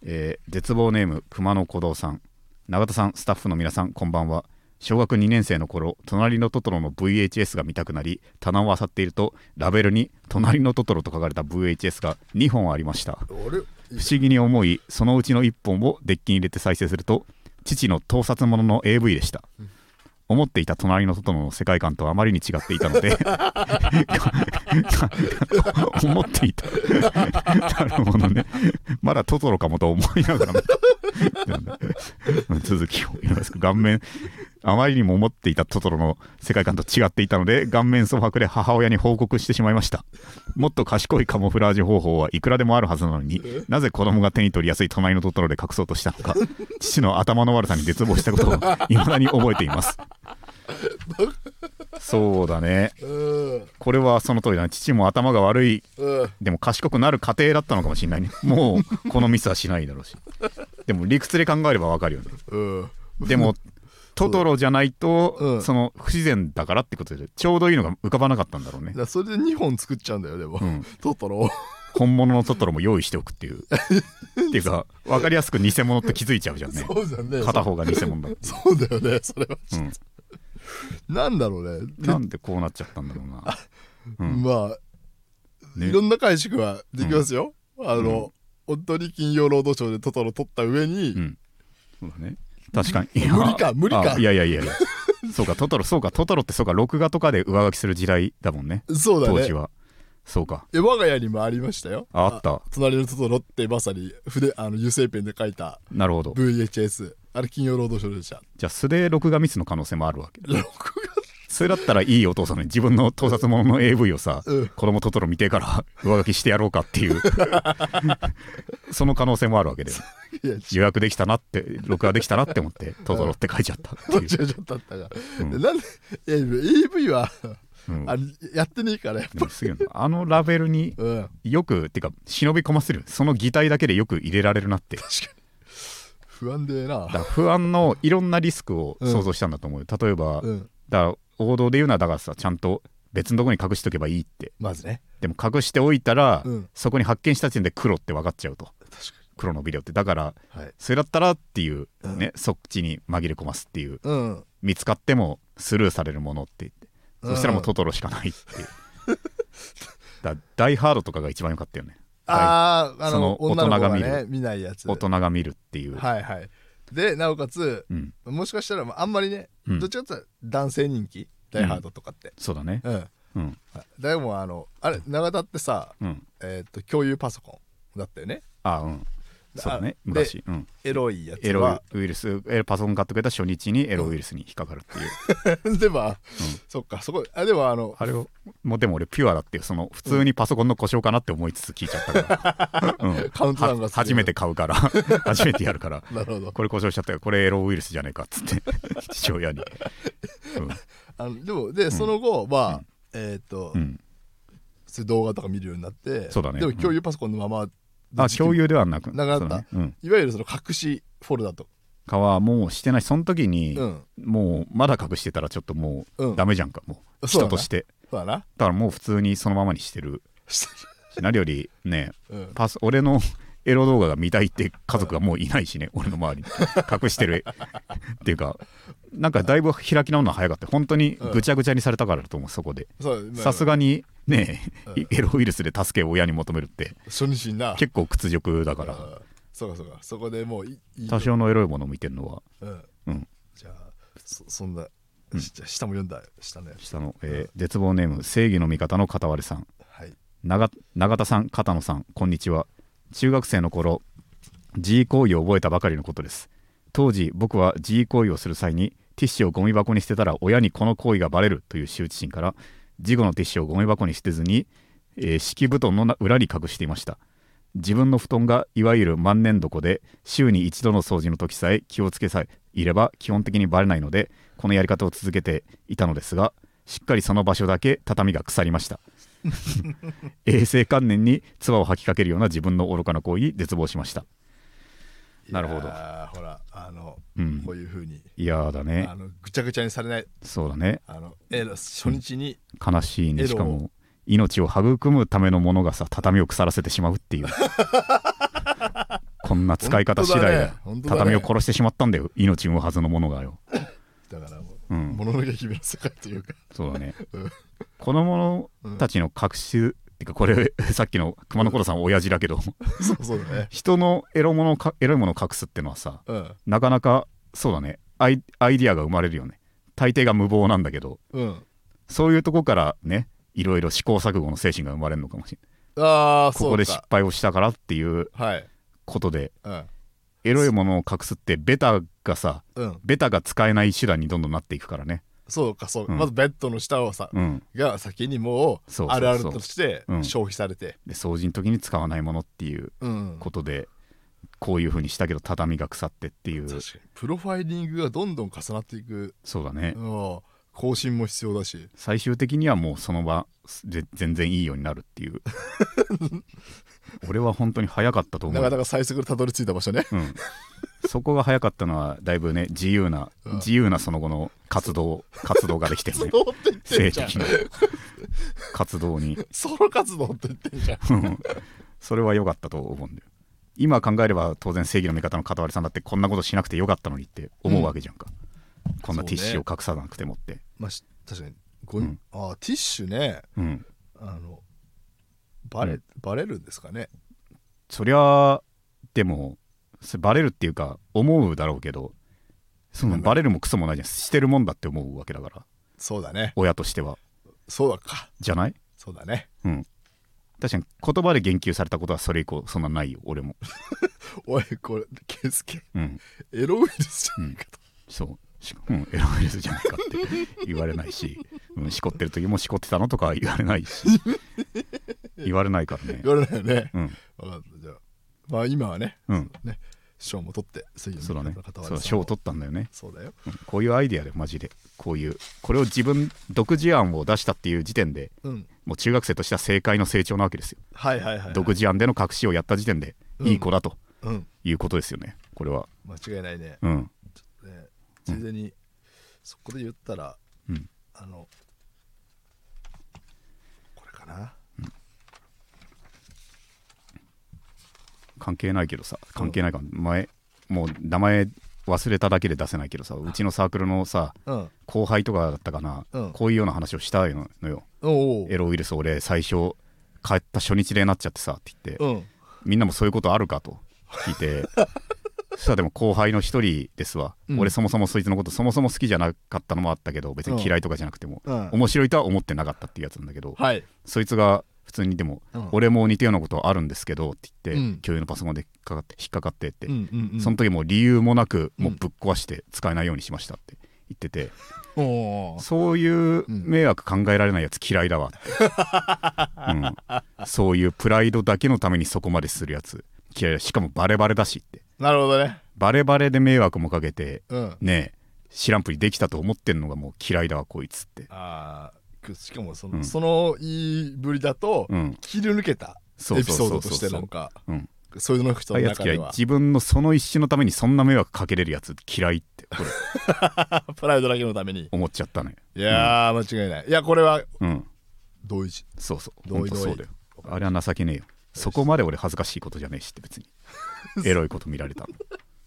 Speaker 1: えー絶望ネーム熊野古道さん永田さんスタッフの皆さんこんばんは小学2年生の頃「隣のトトロ」の VHS が見たくなり棚を漁っているとラベルに「隣のトトロ」と書かれた VHS が2本ありました
Speaker 2: 俺
Speaker 1: 不思議に思いそのうちの1本をデッキに入れて再生すると父の盗撮ものの AV でした思っていた隣の外の世界観とあまりに違っていたので 思っていたなるほどねまだトトロかも と思いながら見た続きをよろしく顔面あまりにも思っていたトトロの世界観と違っていたので顔面蒼白で母親に報告してしまいましたもっと賢いカモフラージュ方法はいくらでもあるはずなのになぜ子供が手に取りやすい隣のトトロで隠そうとしたのか父の頭の悪さに絶望したことをいまだに覚えていますそうだね
Speaker 2: うん
Speaker 1: これはその通りだね父も頭が悪い
Speaker 2: うん
Speaker 1: でも賢くなる過程だったのかもしれないねもうこのミスはしないだろうしでも理屈で考えればわかるよね
Speaker 2: うん
Speaker 1: でもトトロじゃないと、
Speaker 2: うん
Speaker 1: その不自然だからってことでちょうどいいのが浮かばなかったんだろうね
Speaker 2: だか、らそれで2本作っちゃうんだよでも、
Speaker 1: うん、
Speaker 2: トトロを
Speaker 1: 本物のトトロも用意しておくっていうっ ていうか分かりやすく偽物って気づいちゃうじゃんね
Speaker 2: そうじゃんね
Speaker 1: 片方が偽物だって、
Speaker 2: そうだよねそれは
Speaker 1: うん、
Speaker 2: なんだろうね
Speaker 1: なんでこうなっちゃったんだろうな、うん
Speaker 2: まあ、
Speaker 1: ね
Speaker 2: いろんな解釈はできますよ。あの、本当に金曜ロードショーでトトロ撮った上に、
Speaker 1: うんそうだね確かにいや
Speaker 2: 無理か無理か
Speaker 1: あいやいやいやいやそうかトトロそうかトトロってそうか録画とかで上書きする時代だもんね
Speaker 2: そうだ
Speaker 1: 当時
Speaker 2: ね。
Speaker 1: はそうか
Speaker 2: え我が家にもありましたよ。
Speaker 1: ああった
Speaker 2: 隣のトトロってまさに筆あの油性ペンで書いた
Speaker 1: なるほど
Speaker 2: VHS。あれ金曜ロードショーでした。
Speaker 1: じゃあ素で録画ミスの可能性もあるわけ
Speaker 2: 録
Speaker 1: それだったらいいお父さんに自分の盗撮者の AV をさ、
Speaker 2: うん
Speaker 1: 子供トトロ見てから 上書きしてやろうかっていうその可能性もあるわけで
Speaker 2: 画いや、
Speaker 1: 予約できたなって録画できたなって思ってトトロって書いちゃったってい
Speaker 2: ち
Speaker 1: う、
Speaker 2: ょちょっとあったが。
Speaker 1: うん
Speaker 2: なんで、いや AV は、
Speaker 1: うん
Speaker 2: あれやってねえから、やっ
Speaker 1: で
Speaker 2: ぱ
Speaker 1: もす げえなあのラベルに
Speaker 2: り。うん。
Speaker 1: よくってか忍び込ませるその擬態だけでよく入れられるなってだ
Speaker 2: 確かに。不安でえな
Speaker 1: か。ら不安のいろんなリスクを想像したんだと思うよ、例えば、
Speaker 2: うん。
Speaker 1: だから王道で言うのはだからさちゃんと別のとこに隠しとけばいいって
Speaker 2: まずね。
Speaker 1: でも隠しておいたら、
Speaker 2: うん
Speaker 1: そこに発見した時点で黒って分かっちゃうと
Speaker 2: 確
Speaker 1: 黒のビデオってだから
Speaker 2: かに。はい。
Speaker 1: それだったらっていうね、そっちに紛れ込ますっていう
Speaker 2: うん。
Speaker 1: 見つかってもスルーされるものって言ってそしたらもう
Speaker 2: うん
Speaker 1: トトロしかないっていうだダイ・ハードとかが一番良かったよね
Speaker 2: ああ、あ
Speaker 1: そ
Speaker 2: の、
Speaker 1: の
Speaker 2: 女の子が
Speaker 1: 大人が見
Speaker 2: ね
Speaker 1: る、
Speaker 2: 見ないやつ。
Speaker 1: 大
Speaker 2: は
Speaker 1: 人が見るっていう、
Speaker 2: いはい。で、なおかつ、
Speaker 1: うん、
Speaker 2: もしかしたら、まああんまりね、
Speaker 1: うん
Speaker 2: どっちかっていうと男性人気、ダイハードとかって。
Speaker 1: そうだね
Speaker 2: うん。
Speaker 1: うん
Speaker 2: でも、あの、あれ、長田ってさ、
Speaker 1: うん
Speaker 2: えーっと、共有パソコンだったよね。
Speaker 1: あうんそうだ
Speaker 2: あで
Speaker 1: ね昔、うん、
Speaker 2: エロいやつ
Speaker 1: エロ
Speaker 2: は。
Speaker 1: ウイルスエパソコン買ってくれた初日にエロウイルスに引っかかるっていう、
Speaker 2: でも、そっか、そこ、あ、でも、あの、
Speaker 1: あれをもうでも俺ピュアだっていうその普通にパソコンの故障かなって思いつつ聞いちゃった から、うん、
Speaker 2: カウントダウンが
Speaker 1: は初めて買う から初めてやるから
Speaker 2: なるほど。
Speaker 1: これ故障しちゃったよこれエロウイルスじゃねえかっつって 父親に、う
Speaker 2: あのでも、で、その後、まあ、えーっと
Speaker 1: んう、ん、
Speaker 2: そういう動画とか見るようになって、
Speaker 1: そうだね
Speaker 2: でも、
Speaker 1: うん
Speaker 2: 共有パソコンのまま、
Speaker 1: あ共有ではなく
Speaker 2: なくなった
Speaker 1: そうだねうん、
Speaker 2: いわゆるその隠しフォルダとか。
Speaker 1: かはもうしてないその時に、
Speaker 2: うん。
Speaker 1: もうまだ隠してたらちょっとも
Speaker 2: うん
Speaker 1: うダメじゃんか、もう
Speaker 2: そ
Speaker 1: 人
Speaker 2: うだな
Speaker 1: として
Speaker 2: そうだな。
Speaker 1: だからもう普通にそのままにしてる何よりね
Speaker 2: うん
Speaker 1: パス俺のエロ動画が見たいって家族がもういないしね、俺の周りに隠してるっていうかなんかだいぶ開き直るのは早かった本当にぐちゃぐちゃにされたからだと思うそこで
Speaker 2: そうまあ
Speaker 1: さすがにね
Speaker 2: うん
Speaker 1: エロウイルスで助けを親に求めるって
Speaker 2: 初日にな
Speaker 1: 結構屈辱だか
Speaker 2: う
Speaker 1: ら
Speaker 2: んそうかそうかそこでもういいい
Speaker 1: 多少のエロいものを見てるのは、
Speaker 2: うん
Speaker 1: うん、
Speaker 2: じゃあそそんな、しじゃあ下も読んだ下のやつ
Speaker 1: 下の、えー絶望ネーム正義の味方の片割れさん
Speaker 2: はい
Speaker 1: 永永田さん片野さんこんにちは中学生の頃 G 行為を覚えたばかりのことです当時僕は G 行為をする際にティッシュをゴミ箱に捨てたら親にこの行為がバレるという羞恥心から事後のティッシュをゴミ箱に捨てずに、えー敷布団のな裏に隠していました自分の布団がいわゆる万年床で週に一度の掃除の時さえ気をつけさえいれば基本的にバレないのでこのやり方を続けていたのですがしっかりその場所だけ畳が腐りました衛生観念に唾を吐きかけるような自分の愚かな行為に絶望しましたなるほど
Speaker 2: いやーほらあの、
Speaker 1: うん
Speaker 2: こういうふうに
Speaker 1: いやーだね
Speaker 2: あのぐちゃぐちゃにされない
Speaker 1: そうだね
Speaker 2: あのエロ初日に、
Speaker 1: 悲しい
Speaker 2: エロ
Speaker 1: ね
Speaker 2: を
Speaker 1: しかも命を育むためのものがさ畳を腐らせてしまうって いうこんな使い方次第だよ
Speaker 2: 本当だね
Speaker 1: 畳を殺してしまったんだよ命産むはずのものがよ
Speaker 2: だからも
Speaker 1: う
Speaker 2: う、
Speaker 1: ん
Speaker 2: もののけ姫の世界とい うか
Speaker 1: そうだね
Speaker 2: うん
Speaker 1: 子供たちの学習っていうかこれさっきの熊野頃さんは親父だけど
Speaker 2: そうそうだね
Speaker 1: 人のエロものをかエロいものを隠すってのはさ
Speaker 2: うん
Speaker 1: なかなかそうだねアイアイディアが生まれるよね大抵が無謀なんだけど
Speaker 2: うん
Speaker 1: そういうとこからねいろいろ試行錯誤の精神が生まれるのかもしれない
Speaker 2: ああそうか
Speaker 1: ここで失敗をしたからっていう
Speaker 2: はい
Speaker 1: ことで
Speaker 2: うん
Speaker 1: エロいものを隠すってベタがさ
Speaker 2: うん
Speaker 1: ベタが使えない手段にどんどんなっていくからね
Speaker 2: そうかそうか、
Speaker 1: うん
Speaker 2: まずベッドの下をさ、
Speaker 1: うん
Speaker 2: が先にも
Speaker 1: そううそうそう
Speaker 2: あるあるとして
Speaker 1: うん
Speaker 2: 消費されて
Speaker 1: で掃除の時に使わないものっていう
Speaker 2: うん、
Speaker 1: ことでこういう風にしたけど畳が腐ってっていう
Speaker 2: 確かにプロファイリングがどんどん重なっていく、
Speaker 1: そうだね
Speaker 2: うん、更新も必要だし
Speaker 1: 最終的にはもうその場で全然いいようになるっていう 俺は本当に早かったと思
Speaker 2: な
Speaker 1: う
Speaker 2: かなか最速でたどり着いた場所ね
Speaker 1: うん、そこが早かったのはだいぶね自由な、
Speaker 2: うん
Speaker 1: 自由なその後の活動活動ができてるね
Speaker 2: どうって言ってん
Speaker 1: 性
Speaker 2: じゃん
Speaker 1: 的な活動に、
Speaker 2: ソロ活動って言ってんじゃん
Speaker 1: うんそれは良かったと思うんだよ今考えれば当然正義の味方の片割さんだってこんなことしなくてよかったのにって思うわけじゃんか、こんなティッシュを隠さなくてもって
Speaker 2: まあし確かにご、
Speaker 1: うん
Speaker 2: あーティッシュね
Speaker 1: う,、ん
Speaker 2: あのバレ、
Speaker 1: うん
Speaker 2: バレるんですかね
Speaker 1: そりゃあでもそれバレるっていうか思うだろうけどそのバレるもクソもないじゃんしてるもんだって思うわけだから
Speaker 2: そうだね
Speaker 1: 親としては
Speaker 2: そうだか
Speaker 1: じゃない
Speaker 2: そうだね
Speaker 1: うん。確かに言葉で言及されたことはそれ以降そんなないよ俺も。
Speaker 2: おいこれケスケ
Speaker 1: うん。
Speaker 2: エロウイルスじゃないかと、
Speaker 1: そう。しうん、エロウイルスじゃないかって言われない し、うん、しこってる時もしこってたのとかは言われないし言われないからね。
Speaker 2: 言われないよね、
Speaker 1: うん、
Speaker 2: 分かったじゃあまあ今はね
Speaker 1: うん、
Speaker 2: ね賞も取って正義
Speaker 1: そう
Speaker 2: の
Speaker 1: だ
Speaker 2: 味
Speaker 1: ね
Speaker 2: 方の
Speaker 1: そう
Speaker 2: 片割れ
Speaker 1: だ
Speaker 2: さん
Speaker 1: 賞
Speaker 2: も
Speaker 1: を取ったんだよね、
Speaker 2: そうだよ
Speaker 1: うんこういうアイデアでマジでこういうこれを自分独自案を出したっていう時点で
Speaker 2: うん
Speaker 1: もう中学生としては正解の成長なわけですよ、
Speaker 2: はいはいはい、はい、
Speaker 1: 独自案での隠しをやった時点でいい子だと
Speaker 2: うん
Speaker 1: いうことですよねこれは
Speaker 2: 間違いないね
Speaker 1: うん
Speaker 2: ねついでに、そこで言ったら
Speaker 1: うん
Speaker 2: あのこれかな
Speaker 1: 関係ないけどさ関係ないか前もう名前忘れただけで出せないけどさうちのサークルのさ
Speaker 2: うん
Speaker 1: 後輩とかだったかな、
Speaker 2: うん
Speaker 1: こういうような話をしたいのよ
Speaker 2: おうおう
Speaker 1: エロウイルス俺最初帰った初日でなっちゃってさって言って、
Speaker 2: うん
Speaker 1: みんなもそういうことあるかと聞い てそしたらでも後輩の一人ですわ、
Speaker 2: うん
Speaker 1: 俺そもそもそいつのことそもそも好きじゃなかったのもあったけど別に嫌いとかじゃなくても、
Speaker 2: うん
Speaker 1: 面白いとは思ってなかったっていうやつなんだけど、
Speaker 2: はい
Speaker 1: そいつが普通にでも、
Speaker 2: うん
Speaker 1: 俺も似たようなことあるんですけどって言って、
Speaker 2: うん
Speaker 1: 共有のパソコンで引っかかって引っかかってって、
Speaker 2: うんうんうん
Speaker 1: その時もう理由もなく
Speaker 2: うん
Speaker 1: もうぶっ壊して使えないようにしましたって言ってて、
Speaker 2: おうおう
Speaker 1: そういう迷惑考えられないやつ嫌いだわって、うんそういうプライドだけのためにそこまでするやつ嫌いだしかもバレバレだしって
Speaker 2: なるほどね
Speaker 1: バレバレで迷惑もかけて
Speaker 2: うん
Speaker 1: ねえ知らんぷりできたと思ってんのがもう嫌いだわこいつって
Speaker 2: あーくしかもその,、
Speaker 1: うん
Speaker 2: その言いぶりだと、
Speaker 1: うん
Speaker 2: 切り抜けた
Speaker 1: そう
Speaker 2: エ
Speaker 1: そ
Speaker 2: ピ
Speaker 1: う
Speaker 2: ソー
Speaker 1: そ
Speaker 2: ド
Speaker 1: う
Speaker 2: と
Speaker 1: そう
Speaker 2: してなんか
Speaker 1: うん
Speaker 2: そういうの人
Speaker 1: ああい
Speaker 2: の
Speaker 1: うやつ
Speaker 2: 中
Speaker 1: 嫌
Speaker 2: で
Speaker 1: い
Speaker 2: は
Speaker 1: 自分のその一種のためにそんな迷惑かけれるやつ嫌いってこれ
Speaker 2: プライドだけのために
Speaker 1: 思っちゃったね
Speaker 2: いやー、間違いないいやこれは
Speaker 1: うん
Speaker 2: 同一
Speaker 1: そうそう
Speaker 2: 同
Speaker 1: 本
Speaker 2: 意
Speaker 1: 当
Speaker 2: 同意
Speaker 1: そうだよあれは情けねえよそこまで俺恥ずかしいことじゃねえしって 別にエロいこと見られたの、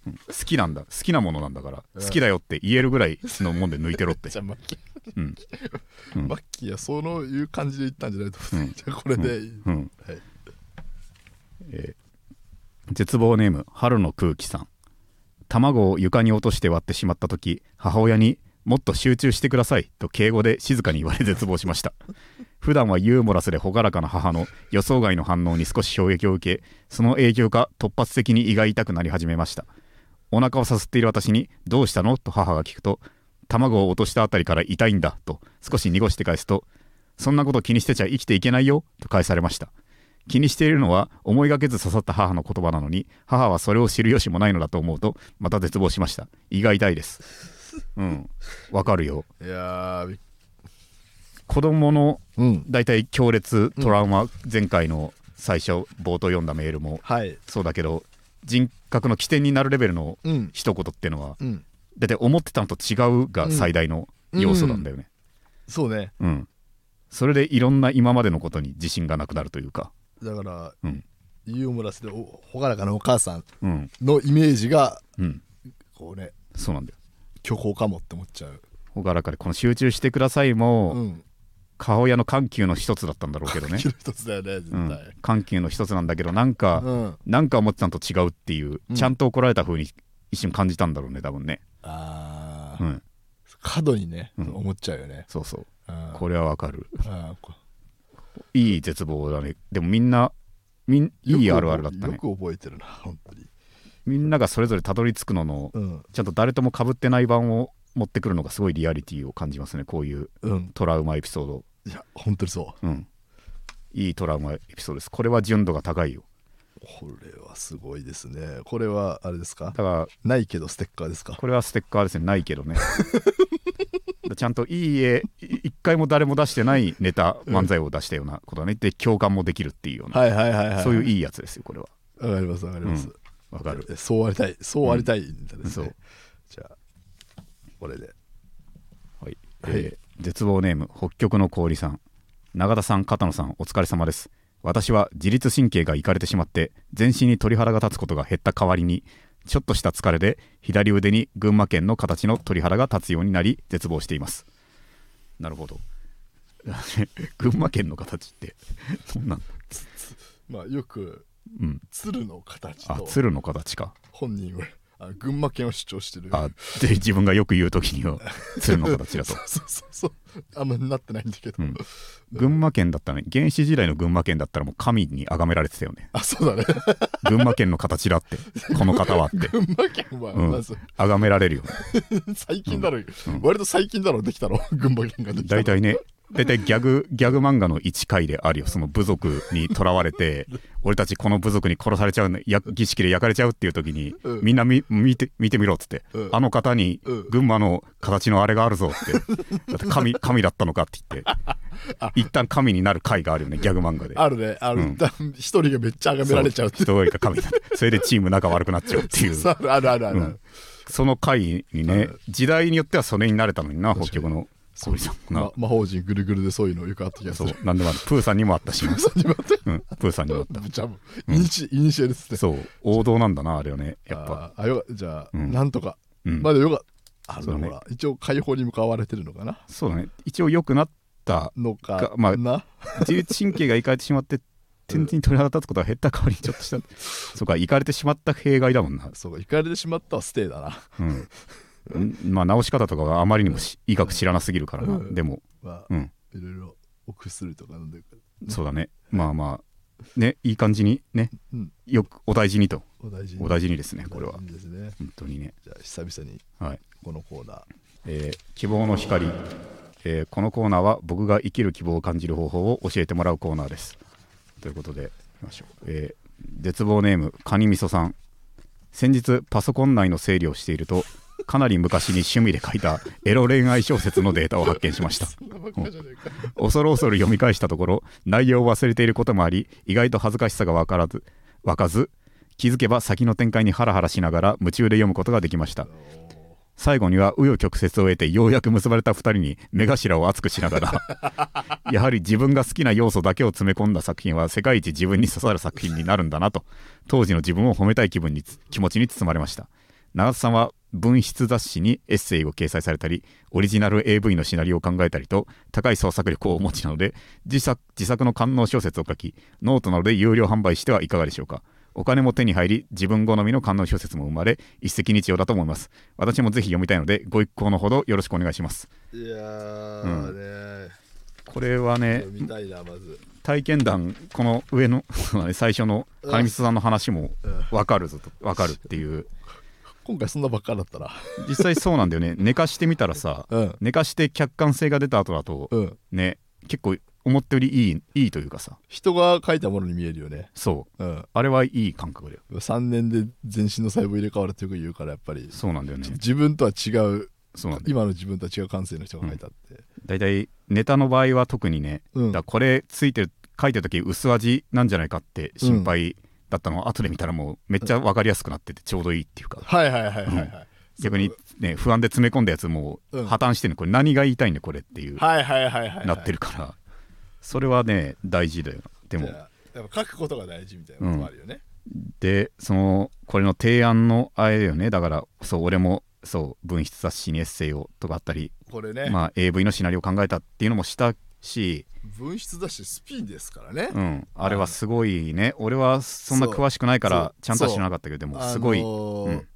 Speaker 1: うん好きなんだ好きなものなんだから
Speaker 2: うん
Speaker 1: 好きだよって言えるぐらいのもんで抜いてろ って
Speaker 2: じゃあマッキー、
Speaker 1: うんうん
Speaker 2: マッキーはそのいう感じで言ったんじゃないと思う、
Speaker 1: うん
Speaker 2: じゃあこれで、
Speaker 1: うん
Speaker 2: はい
Speaker 1: えー絶望ネーム春の空気さん卵を床に落として割ってしまった時母親に「もっと集中してください」と敬語で静かに言われ絶望しました普段はユーモラスで朗らかな母の予想外の反応に少し衝撃を受けその影響か突発的に胃が痛くなり始めましたお腹をさすっている私に「どうしたの?」と母が聞くと「卵を落としたあたりから痛いんだ」と少し濁して返すと「そんなこと気にしてちゃ生きていけないよ」と返されました気にしているのは思いがけず刺さった母の言葉なのに母はそれを知る由もないのだと思うとまた絶望しました胃が痛いですうんわかるよ
Speaker 2: いやーびっ
Speaker 1: 子供の
Speaker 2: うん
Speaker 1: 大体強烈トラウマ、前回の最初冒頭読んだメールも
Speaker 2: はい
Speaker 1: そうだけど人格の起点になるレベルの
Speaker 2: うん
Speaker 1: 一言ってのは
Speaker 2: うん
Speaker 1: 大体思ってたのと違うが最大の要素なんだよね
Speaker 2: そうね
Speaker 1: うん、それでいろんな今までのことに自信がなくなるというか
Speaker 2: だから、
Speaker 1: うん
Speaker 2: ユーモラスでお朗らかなお母さん
Speaker 1: うん
Speaker 2: のイメージが
Speaker 1: うん
Speaker 2: こうね
Speaker 1: そうなんだよ
Speaker 2: 虚構かもって思っちゃう
Speaker 1: 朗らかでこの集中してくださいも、
Speaker 2: うん
Speaker 1: 母親の緩急の一つだったんだろうけど ね
Speaker 2: 一つだよね絶
Speaker 1: う
Speaker 2: 対、
Speaker 1: ん緩急の一つなんだけどなんか、
Speaker 2: うん、
Speaker 1: なんか思ってたのと違うっていう、
Speaker 2: うん
Speaker 1: ちゃんと怒られた風に一瞬感じたんだろうね多分ね
Speaker 2: ああ、
Speaker 1: うん
Speaker 2: 過度にね、
Speaker 1: うん
Speaker 2: 思っちゃうよね。
Speaker 1: そうそう
Speaker 2: うん
Speaker 1: これはわかる
Speaker 2: うんこ
Speaker 1: いい絶望だねでもみんなみんいい
Speaker 2: よく
Speaker 1: あるあるだったね
Speaker 2: よく覚えてるな、本当に。
Speaker 1: みんながそれぞれたどり着くのの
Speaker 2: うん、
Speaker 1: ちゃんと誰とも被ってない版を持ってくるのがすごいリアリティを感じますねこういう
Speaker 2: うん、
Speaker 1: トラウマエピソード
Speaker 2: いや、本当にそう。
Speaker 1: うんいいトラウマエピソードですこれは純度が高いよ
Speaker 2: これはすごいですね。これはあれですか
Speaker 1: だから
Speaker 2: ないけどステッカーですか
Speaker 1: これはステッカーですねないけどね ちゃんといい絵い一回も誰も出してないネタ漫才を出したようなことだね、で共感もできるっていうような、
Speaker 2: はいはいはいはい。
Speaker 1: そういう
Speaker 2: い。
Speaker 1: いいやつですよこれは
Speaker 2: わかりますわかります。
Speaker 1: わかる
Speaker 2: えそうありたい、そうありたいんだね。
Speaker 1: そう
Speaker 2: じゃあ、これで。
Speaker 1: はい、え
Speaker 2: はい
Speaker 1: ー絶望ネーム北極の氷さん永田さん片野さんお疲れ様です私は自律神経がいかれてしまって全身に鳥肌が立つことが減った代わりにちょっとした疲れで左腕に群馬県の形の鳥肌が立つようになり絶望していますなるほど 群馬県の形ってそんなん
Speaker 2: まあ、よく、
Speaker 1: うん
Speaker 2: 鶴の形
Speaker 1: あ
Speaker 2: と
Speaker 1: 鶴の形か
Speaker 2: 本人はあ群馬県を主張してる。
Speaker 1: あで自分がよく言う時に は鶴の形だと
Speaker 2: そうそうそうそう。あんまなってないんだけど。
Speaker 1: うん群馬県だったらね原始時代の群馬県だったらもう神に崇められてたよね
Speaker 2: あ、そうだね。
Speaker 1: 群馬県の形だってこの方はって
Speaker 2: 群馬県は、
Speaker 1: うん
Speaker 2: まず、
Speaker 1: 崇めら れるよね
Speaker 2: 最近だろ、割と最近だろ、できたろ、群馬県ができたの
Speaker 1: 大体ね大体ギャグギャグ漫画の1回であるよその部族にとらわれ て俺たちこの部族に殺されちゃうのや儀式で焼かれちゃうっていう時に、
Speaker 2: うん
Speaker 1: みんなみ見て見てみろっつって、
Speaker 2: うん
Speaker 1: あの方に
Speaker 2: うん
Speaker 1: 群馬の形のあれがあるぞって だって神神だったのかって言って一旦神になる回があるよねギャグ漫画で。
Speaker 2: あるね、ある、
Speaker 1: うん
Speaker 2: だ一人がめっちゃ崇められちゃうってい
Speaker 1: そう人が神になるそれでチーム仲悪くなっちゃうっ ていう
Speaker 2: う。あるあるあるある。
Speaker 1: うんその回にね、時代によってはそれになれたのにな、
Speaker 2: 確
Speaker 1: 北
Speaker 2: か
Speaker 1: 極
Speaker 2: に
Speaker 1: の小さんもな
Speaker 2: ま。魔法陣ぐるぐるでそういうのよくあった気がす
Speaker 1: そう
Speaker 2: る。、
Speaker 1: なんでもある。プーさんにもあったし、
Speaker 2: そうにまた
Speaker 1: うん、プーさんに もあっ
Speaker 2: ぶちゃぶ。いにし、いにしえです
Speaker 1: た。
Speaker 2: ね。
Speaker 1: そう、王道なんだな、あれはね、やっぱ。
Speaker 2: あーあ、よかじゃあ、
Speaker 1: うん
Speaker 2: なんとか。
Speaker 1: うん
Speaker 2: まだよかあ
Speaker 1: そう
Speaker 2: の、
Speaker 1: だね
Speaker 2: ほら、一応解放に向かわれてるのかな
Speaker 1: そうだね、一応良くなった、
Speaker 2: のか
Speaker 1: か、まあ
Speaker 2: な
Speaker 1: 自律神経がいかれてしまって、天然に鳥肌立つことが減った代わりにちょっと した。そうか、いかれてしまった弊害だもんな。
Speaker 2: そうか、行かれてしまったはステイだな。
Speaker 1: うん。うんまあ、直し方とかはあまりにもし医学知らなすぎるからな。
Speaker 2: うん
Speaker 1: でも、
Speaker 2: まあ、
Speaker 1: うん、
Speaker 2: いろいろお薬とか飲んでる
Speaker 1: そうだね。まあまあ、ね、いい感じにね、
Speaker 2: うん
Speaker 1: よくお大事にと、
Speaker 2: お大事に。
Speaker 1: お大事にですね、これは
Speaker 2: 大。事ですね。
Speaker 1: 本当にね。
Speaker 2: じゃあ、久々に
Speaker 1: はい。
Speaker 2: このコーナー。
Speaker 1: えー希望の光、えーこのコーナーは僕が生きる希望を感じる方法を教えてもらうコーナーですということでいきましょう、えー絶望ネームカニみそさん先日パソコン内の整理をしているとかなり昔に趣味で書いたエロ恋愛小説のデータを発見しました恐る恐る読み返したところ内容を忘れていることもあり意外と恥ずかしさがわからずわかず気づけば先の展開にハラハラしながら夢中で読むことができました最後には紆余曲折を得てようやく結ばれた2人に目頭を熱くしながらやはり自分が好きな要素だけを詰め込んだ作品は世界一自分に刺さる作品になるんだなと当時の自分を褒めたい気分につ気持ちに包まれました長田さんは文筆雑誌にエッセイを掲載されたりオリジナル AV のシナリオを考えたりと高い創作力をお持ちなので自作自作の官能小説を書きノートなどで有料販売してはいかがでしょうかお金も手に入り自分好みの官能小説も生まれ一石二鳥だと思います私もぜひ読みたいのでご一行のほどよろしくお願いします
Speaker 2: いやーね
Speaker 1: これはね
Speaker 2: 読みたいなまず
Speaker 1: 体験談この上の そうだね最初の金光さんの話も分かるぞと分かるっていう
Speaker 2: 今回そんなばっかだったら
Speaker 1: 実際そうなんだよね 寝かしてみたらさ
Speaker 2: うん
Speaker 1: 寝かして客観性が出た後だと
Speaker 2: うん
Speaker 1: ね結構思ったよりいいいいというかさ
Speaker 2: 人が書いたものに見えるよね
Speaker 1: そう
Speaker 2: うん
Speaker 1: あれはいい感覚だよ
Speaker 2: 3年で全身の細胞入れ替わるってよく言うからやっぱり
Speaker 1: そうなんだよね
Speaker 2: 自分とは違う
Speaker 1: そうなんだよ
Speaker 2: 今の自分とは違う感性の人が書いたって、
Speaker 1: 大体ネタの場合は特にね、
Speaker 2: うん
Speaker 1: だからこれついてる書いてる時薄味なんじゃないかって心配だったのを、後で見たらもうめっちゃ分かりやすくなっててちょうどいいっていうか、
Speaker 2: はいはいはいはいはい、
Speaker 1: 逆にね不安で詰め込んだやつもう
Speaker 2: うん
Speaker 1: 破綻してるのこれ何が言いたいんだこれっていう、
Speaker 2: はいはいはいはいはい
Speaker 1: なってるからそれはね大事だよでも
Speaker 2: じゃあやっぱ書くことが大事みたいなこともあるよね、
Speaker 1: でそのこれの提案のあれだよねだからそう俺もそう文筆雑誌にエッセイをとかあったり、
Speaker 2: これね、
Speaker 1: まあ、AV のシナリオを考えたっていうのもしたし、
Speaker 2: 文筆だしスピンですからね、
Speaker 1: うん、あれはすごいね俺はそんな詳しくないか
Speaker 2: そう
Speaker 1: らちゃんとは知らなかったけどでもすごい、
Speaker 2: あのー
Speaker 1: うん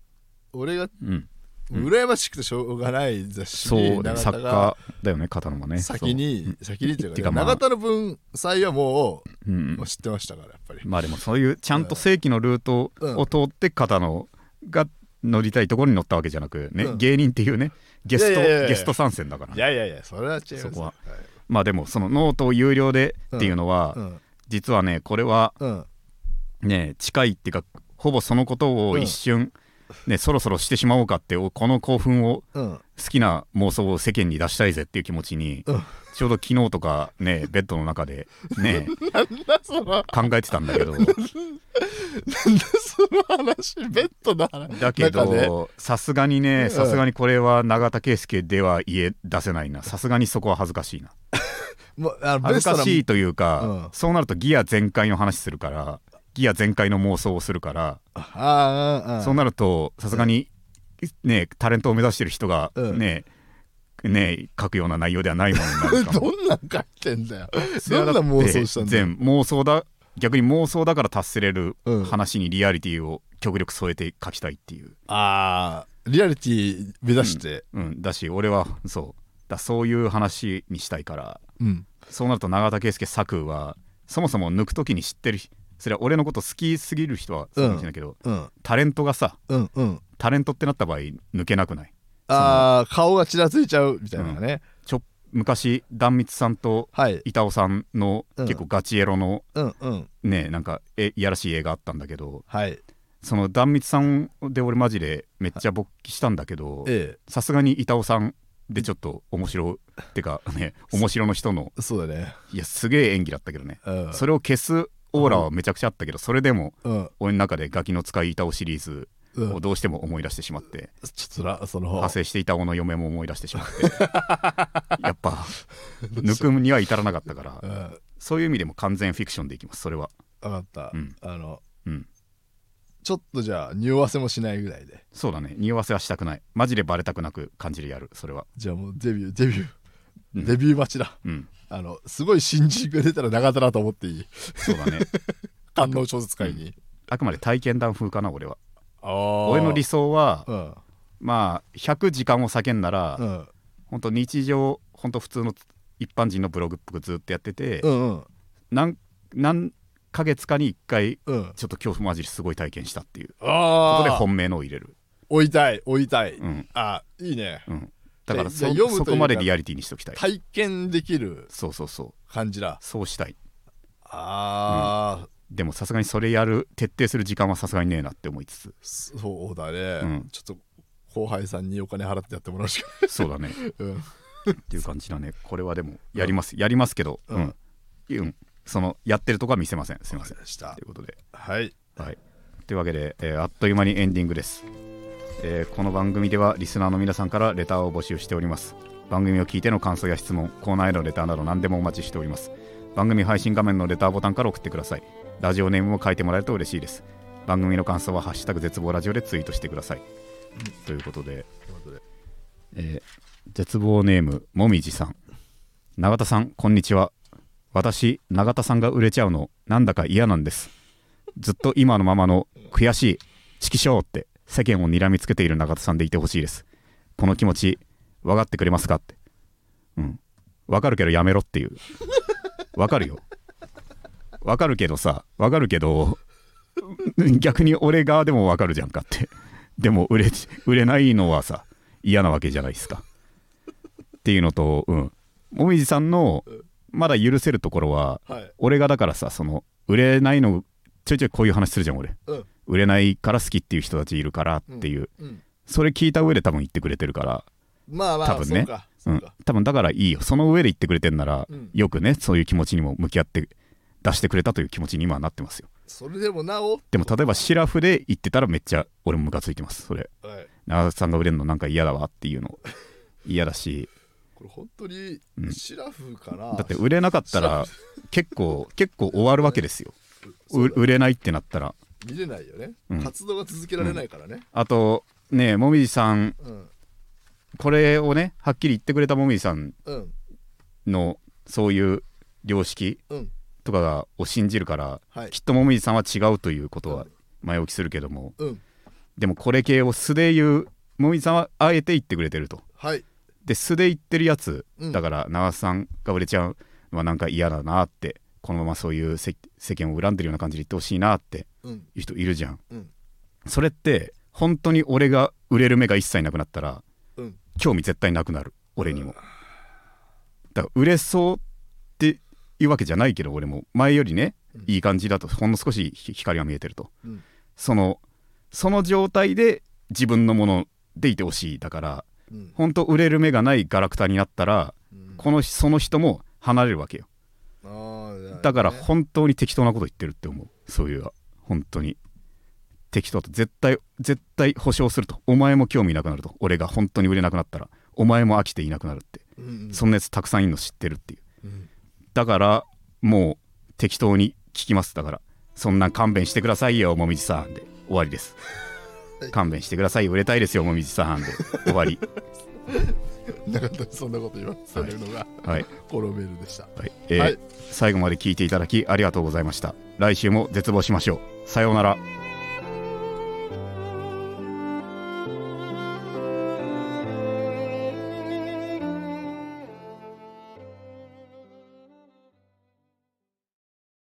Speaker 2: 俺が
Speaker 1: うん、うん
Speaker 2: 羨ましくてしょうがない雑誌
Speaker 1: そ
Speaker 2: に
Speaker 1: うだよ
Speaker 2: 永
Speaker 1: 作
Speaker 2: 田が
Speaker 1: 家だよね片野がね
Speaker 2: 先に先にっていう
Speaker 1: っ
Speaker 2: か,、
Speaker 1: ていうかまあ
Speaker 2: 永田の文才はもう
Speaker 1: そう、うんうん
Speaker 2: もう知ってましたからやっぱり、
Speaker 1: まあでもそういうちゃんと正規のルートを通って片野が乗りたいところに乗ったわけじゃなく、ね
Speaker 2: うん
Speaker 1: 芸人っていうねゲスト
Speaker 2: いやいやいや
Speaker 1: ゲスト参戦だから
Speaker 2: いやいやいやそれは違います
Speaker 1: そこは
Speaker 2: はい
Speaker 1: まあでもそのノートを有料でっていうのは、
Speaker 2: うん
Speaker 1: 実はねこれは
Speaker 2: うん
Speaker 1: ね近いっていうかほぼそのことを一瞬、ね、そろそろしてしまおうかってこの興奮を
Speaker 2: うん
Speaker 1: 好きな妄想を世間に出したいぜっていう気持ちに、
Speaker 2: うん
Speaker 1: ちょうど昨日とかねベッドの中で ね
Speaker 2: なんだその
Speaker 1: 考えてたんだけど
Speaker 2: その話 ベッドの話
Speaker 1: だけ
Speaker 2: なんかね
Speaker 1: どさすがに
Speaker 2: う
Speaker 1: ね
Speaker 2: ん
Speaker 1: さすがにこれは永田圭介では言え出せないなさすがにそこは恥ずかしいな
Speaker 2: もうあの
Speaker 1: 恥
Speaker 2: ベ
Speaker 1: ず
Speaker 2: スト
Speaker 1: か
Speaker 2: な
Speaker 1: しいというか、
Speaker 2: うん
Speaker 1: そうなるとギア全開の話するからギア全開の妄想をするから、
Speaker 2: ああああ
Speaker 1: そうなるとさすがにねタレントを目指してる人が
Speaker 2: うん
Speaker 1: ね、ね書くような内容ではないものになるかも
Speaker 2: どんなん書いてんだよ。
Speaker 1: それ
Speaker 2: どん
Speaker 1: は
Speaker 2: な
Speaker 1: だって
Speaker 2: 妄想したんだよ。
Speaker 1: 全妄想だ逆に妄想だから達せれる
Speaker 2: うん
Speaker 1: 話にリアリティを極力添えて書きたいっていう、
Speaker 2: ああ、リアリティ目指して。
Speaker 1: うん、だし俺はそうだそういう話にしたいから
Speaker 2: うん。
Speaker 1: そうなると永田圭介作はそもそも抜く時に知ってる人それは俺のこと好きすぎる人はそうかもしれないけど、
Speaker 2: うん。
Speaker 1: タレントがさ
Speaker 2: うん。うん。
Speaker 1: タレントってなった場合抜けなくない
Speaker 2: ああ、顔がちらついちゃうみたいなのがね。
Speaker 1: ちょ昔壇蜜さんと
Speaker 2: はい。
Speaker 1: 板尾さんの
Speaker 2: うん
Speaker 1: 結構ガチエロの、
Speaker 2: うんうん。
Speaker 1: ねなんかえいやらしい映画あったんだけど、
Speaker 2: はい。
Speaker 1: その壇蜜さんで俺マジでめっちゃ勃起したんだけど
Speaker 2: え
Speaker 1: さすがに板尾さんでちょっと面白ってかね面白の人の
Speaker 2: え。そうだね。
Speaker 1: いやすげえ演技だったけどね
Speaker 2: うん。
Speaker 1: それを消すオーラはめちゃくちゃあったけどそれでも
Speaker 2: うん。
Speaker 1: 俺の中でガキの使い板尾シリーズ
Speaker 2: うん
Speaker 1: を、どうしても思い出してしまって
Speaker 2: ちょっとらその
Speaker 1: 派生して板尾の嫁も思い出してしまって やっぱ抜くには至らなかったから
Speaker 2: うん分
Speaker 1: そういう意味でも完全フィクションでいきますそれは
Speaker 2: かった、
Speaker 1: うん
Speaker 2: あの
Speaker 1: うん
Speaker 2: ちょっとじゃあ匂わせもしないぐらいで
Speaker 1: そうだね匂わせはしたくないマジでバレたくなく感じでやるそれは
Speaker 2: じゃあもうデビューデビュー、
Speaker 1: うん
Speaker 2: デビュー待ちだ
Speaker 1: うん
Speaker 2: あのすごい新人が出たら長田だと思っていい
Speaker 1: そうだ ね
Speaker 2: 官能小説会に、
Speaker 1: あくまで体験談風かな俺は
Speaker 2: 俺
Speaker 1: 俺の理想は
Speaker 2: うん
Speaker 1: まあ100時間を避けんなら、
Speaker 2: う
Speaker 1: ほん、
Speaker 2: ん
Speaker 1: 本当日常本当普通の一般人のブログっぽくずっとやってて、
Speaker 2: うんうん
Speaker 1: 何何ヶ月かに1回
Speaker 2: うん
Speaker 1: ちょっと恐怖混じりすごい体験したっていうこ
Speaker 2: あ
Speaker 1: とで
Speaker 2: あ
Speaker 1: 本命のを入れる、
Speaker 2: 追いたい追いたい、
Speaker 1: うん
Speaker 2: あいいね
Speaker 1: うん、だから
Speaker 2: じゃ
Speaker 1: そ
Speaker 2: あ読むという
Speaker 1: そ
Speaker 2: か
Speaker 1: こまでリアリティにしときたい
Speaker 2: 体験できる
Speaker 1: そうそうそう
Speaker 2: 感じだ
Speaker 1: そうしたい
Speaker 2: ああ、
Speaker 1: でもさすがにそれやる徹底する時間はさすがにねえなって思いつつ
Speaker 2: そうだね、
Speaker 1: うん
Speaker 2: ちょっと後輩さんにお金払ってやってもらうしか
Speaker 1: そうだね
Speaker 2: ない、 うん、
Speaker 1: っていう感じだねこれはでもやります、やりますけど
Speaker 2: う
Speaker 1: うんん、うん、そのやってるとこは見せませんすい
Speaker 2: わ
Speaker 1: ま
Speaker 2: か
Speaker 1: せ
Speaker 2: り
Speaker 1: ん
Speaker 2: ました
Speaker 1: ということで
Speaker 2: はい
Speaker 1: はい、というわけで、えーあっという間にエンディングです。えーこの番組ではリスナーの皆さんからレターを募集しております番組を聞いての感想や質問コーナーへのレターなど何でもお待ちしております番組配信画面のレターボタンから送ってくださいラジオネームも書いてもらえると嬉しいです番組の感想は「ハッシュタグ絶望ラジオ」でツイートしてください、ということで、
Speaker 2: ということで
Speaker 1: えー絶望ネームもみじさん永田さんこんにちは私永田さんが売れちゃうのなんだか嫌なんですずっと今のままの悔しい色相って世間を睨みつけている永田さんでいてほしいですこの気持ち分かってくれますかってうん分かるけどやめろっていう分かるよ分かるけどさ分かるけど逆に俺側でも分かるじゃんかってでも売れ売れないのはさ嫌なわけじゃないですかっていうのとうんもみじさんのまだ許せるところは
Speaker 2: はい
Speaker 1: 俺がだからさその売れないのちょいちょいこういう話するじゃん俺
Speaker 2: うん
Speaker 1: 売れないから好きっていう人たちいるからっていう、
Speaker 2: うん
Speaker 1: それ聞いた上で多分言ってくれてるから、
Speaker 2: まあまあ
Speaker 1: 多分ね
Speaker 2: そうか
Speaker 1: う
Speaker 2: そうんか、、
Speaker 1: 多分だからいいよその上で言ってくれてんなら、
Speaker 2: うん
Speaker 1: よくねそういう気持ちにも向き合って出してくれたという気持ちに今はなってますよ
Speaker 2: それでもなお
Speaker 1: でも例えばシラフで言ってたらめっちゃ俺もムカついてますそれ
Speaker 2: はい
Speaker 1: 長田さんが売れるのなんか嫌だわっていう の嫌だし
Speaker 2: これ本当に
Speaker 1: うん
Speaker 2: シラフから、
Speaker 1: だって売れなかったら結構結構終わるわけですよ
Speaker 2: そう
Speaker 1: う
Speaker 2: だ
Speaker 1: 売れないってなったら
Speaker 2: 見れないよね、
Speaker 1: うん
Speaker 2: 活動が続けられないからね
Speaker 1: あとねえもみじさん
Speaker 2: うん
Speaker 1: これをねはっきり言ってくれたもみじさん
Speaker 2: うん
Speaker 1: のそういう良識
Speaker 2: うん
Speaker 1: とかがを信じるから、
Speaker 2: はい
Speaker 1: きっともみじさんは違うということは前置きするけども、
Speaker 2: うん
Speaker 1: でもこれ系を素で言うもみじさんはあえて言ってくれてると
Speaker 2: はい
Speaker 1: で素で言ってるやつ、
Speaker 2: うん
Speaker 1: だから長瀬さんが売れちゃうのはなんか嫌だなってこのままそういう世世間を恨んでるような感じで言ってほしいなって
Speaker 2: うん
Speaker 1: いう人いるじゃん
Speaker 2: うん
Speaker 1: それって本当に俺が売れる目が一切なくなったら
Speaker 2: うん
Speaker 1: 興味絶対なくなる俺にもだから売れそうっていうわけじゃないけど俺も前よりね
Speaker 2: うん
Speaker 1: いい感じだとほんの少しひ光が見えてると
Speaker 2: うん
Speaker 1: そのその状態で自分のものでいてほしいだから
Speaker 2: うん
Speaker 1: 本当売れる目がないガラクタになったら
Speaker 2: うん
Speaker 1: このその人も離れるわけよ
Speaker 2: あー
Speaker 1: だから
Speaker 2: ね
Speaker 1: 本当に適当なこと言ってるって思うそういう本当に適当と絶対絶対保証するとお前も興味なくなると俺が本当に売れなくなったらお前も飽きていなくなるって
Speaker 2: うん
Speaker 1: そんなやつたくさんいるの知ってるっていう
Speaker 2: うん
Speaker 1: だからもう適当に聞きますだからそんなん勘弁してくださいよもみじさんで終わりです
Speaker 2: はい
Speaker 1: 勘弁してくださいよ売れたいですよもみじさんで終わり
Speaker 2: なかったそんなこと言わされるのが、
Speaker 1: はい、
Speaker 2: このメールでした
Speaker 1: はいえー
Speaker 2: はい
Speaker 1: 最後まで聞いていただきありがとうございました来週も絶望しましょうさようなら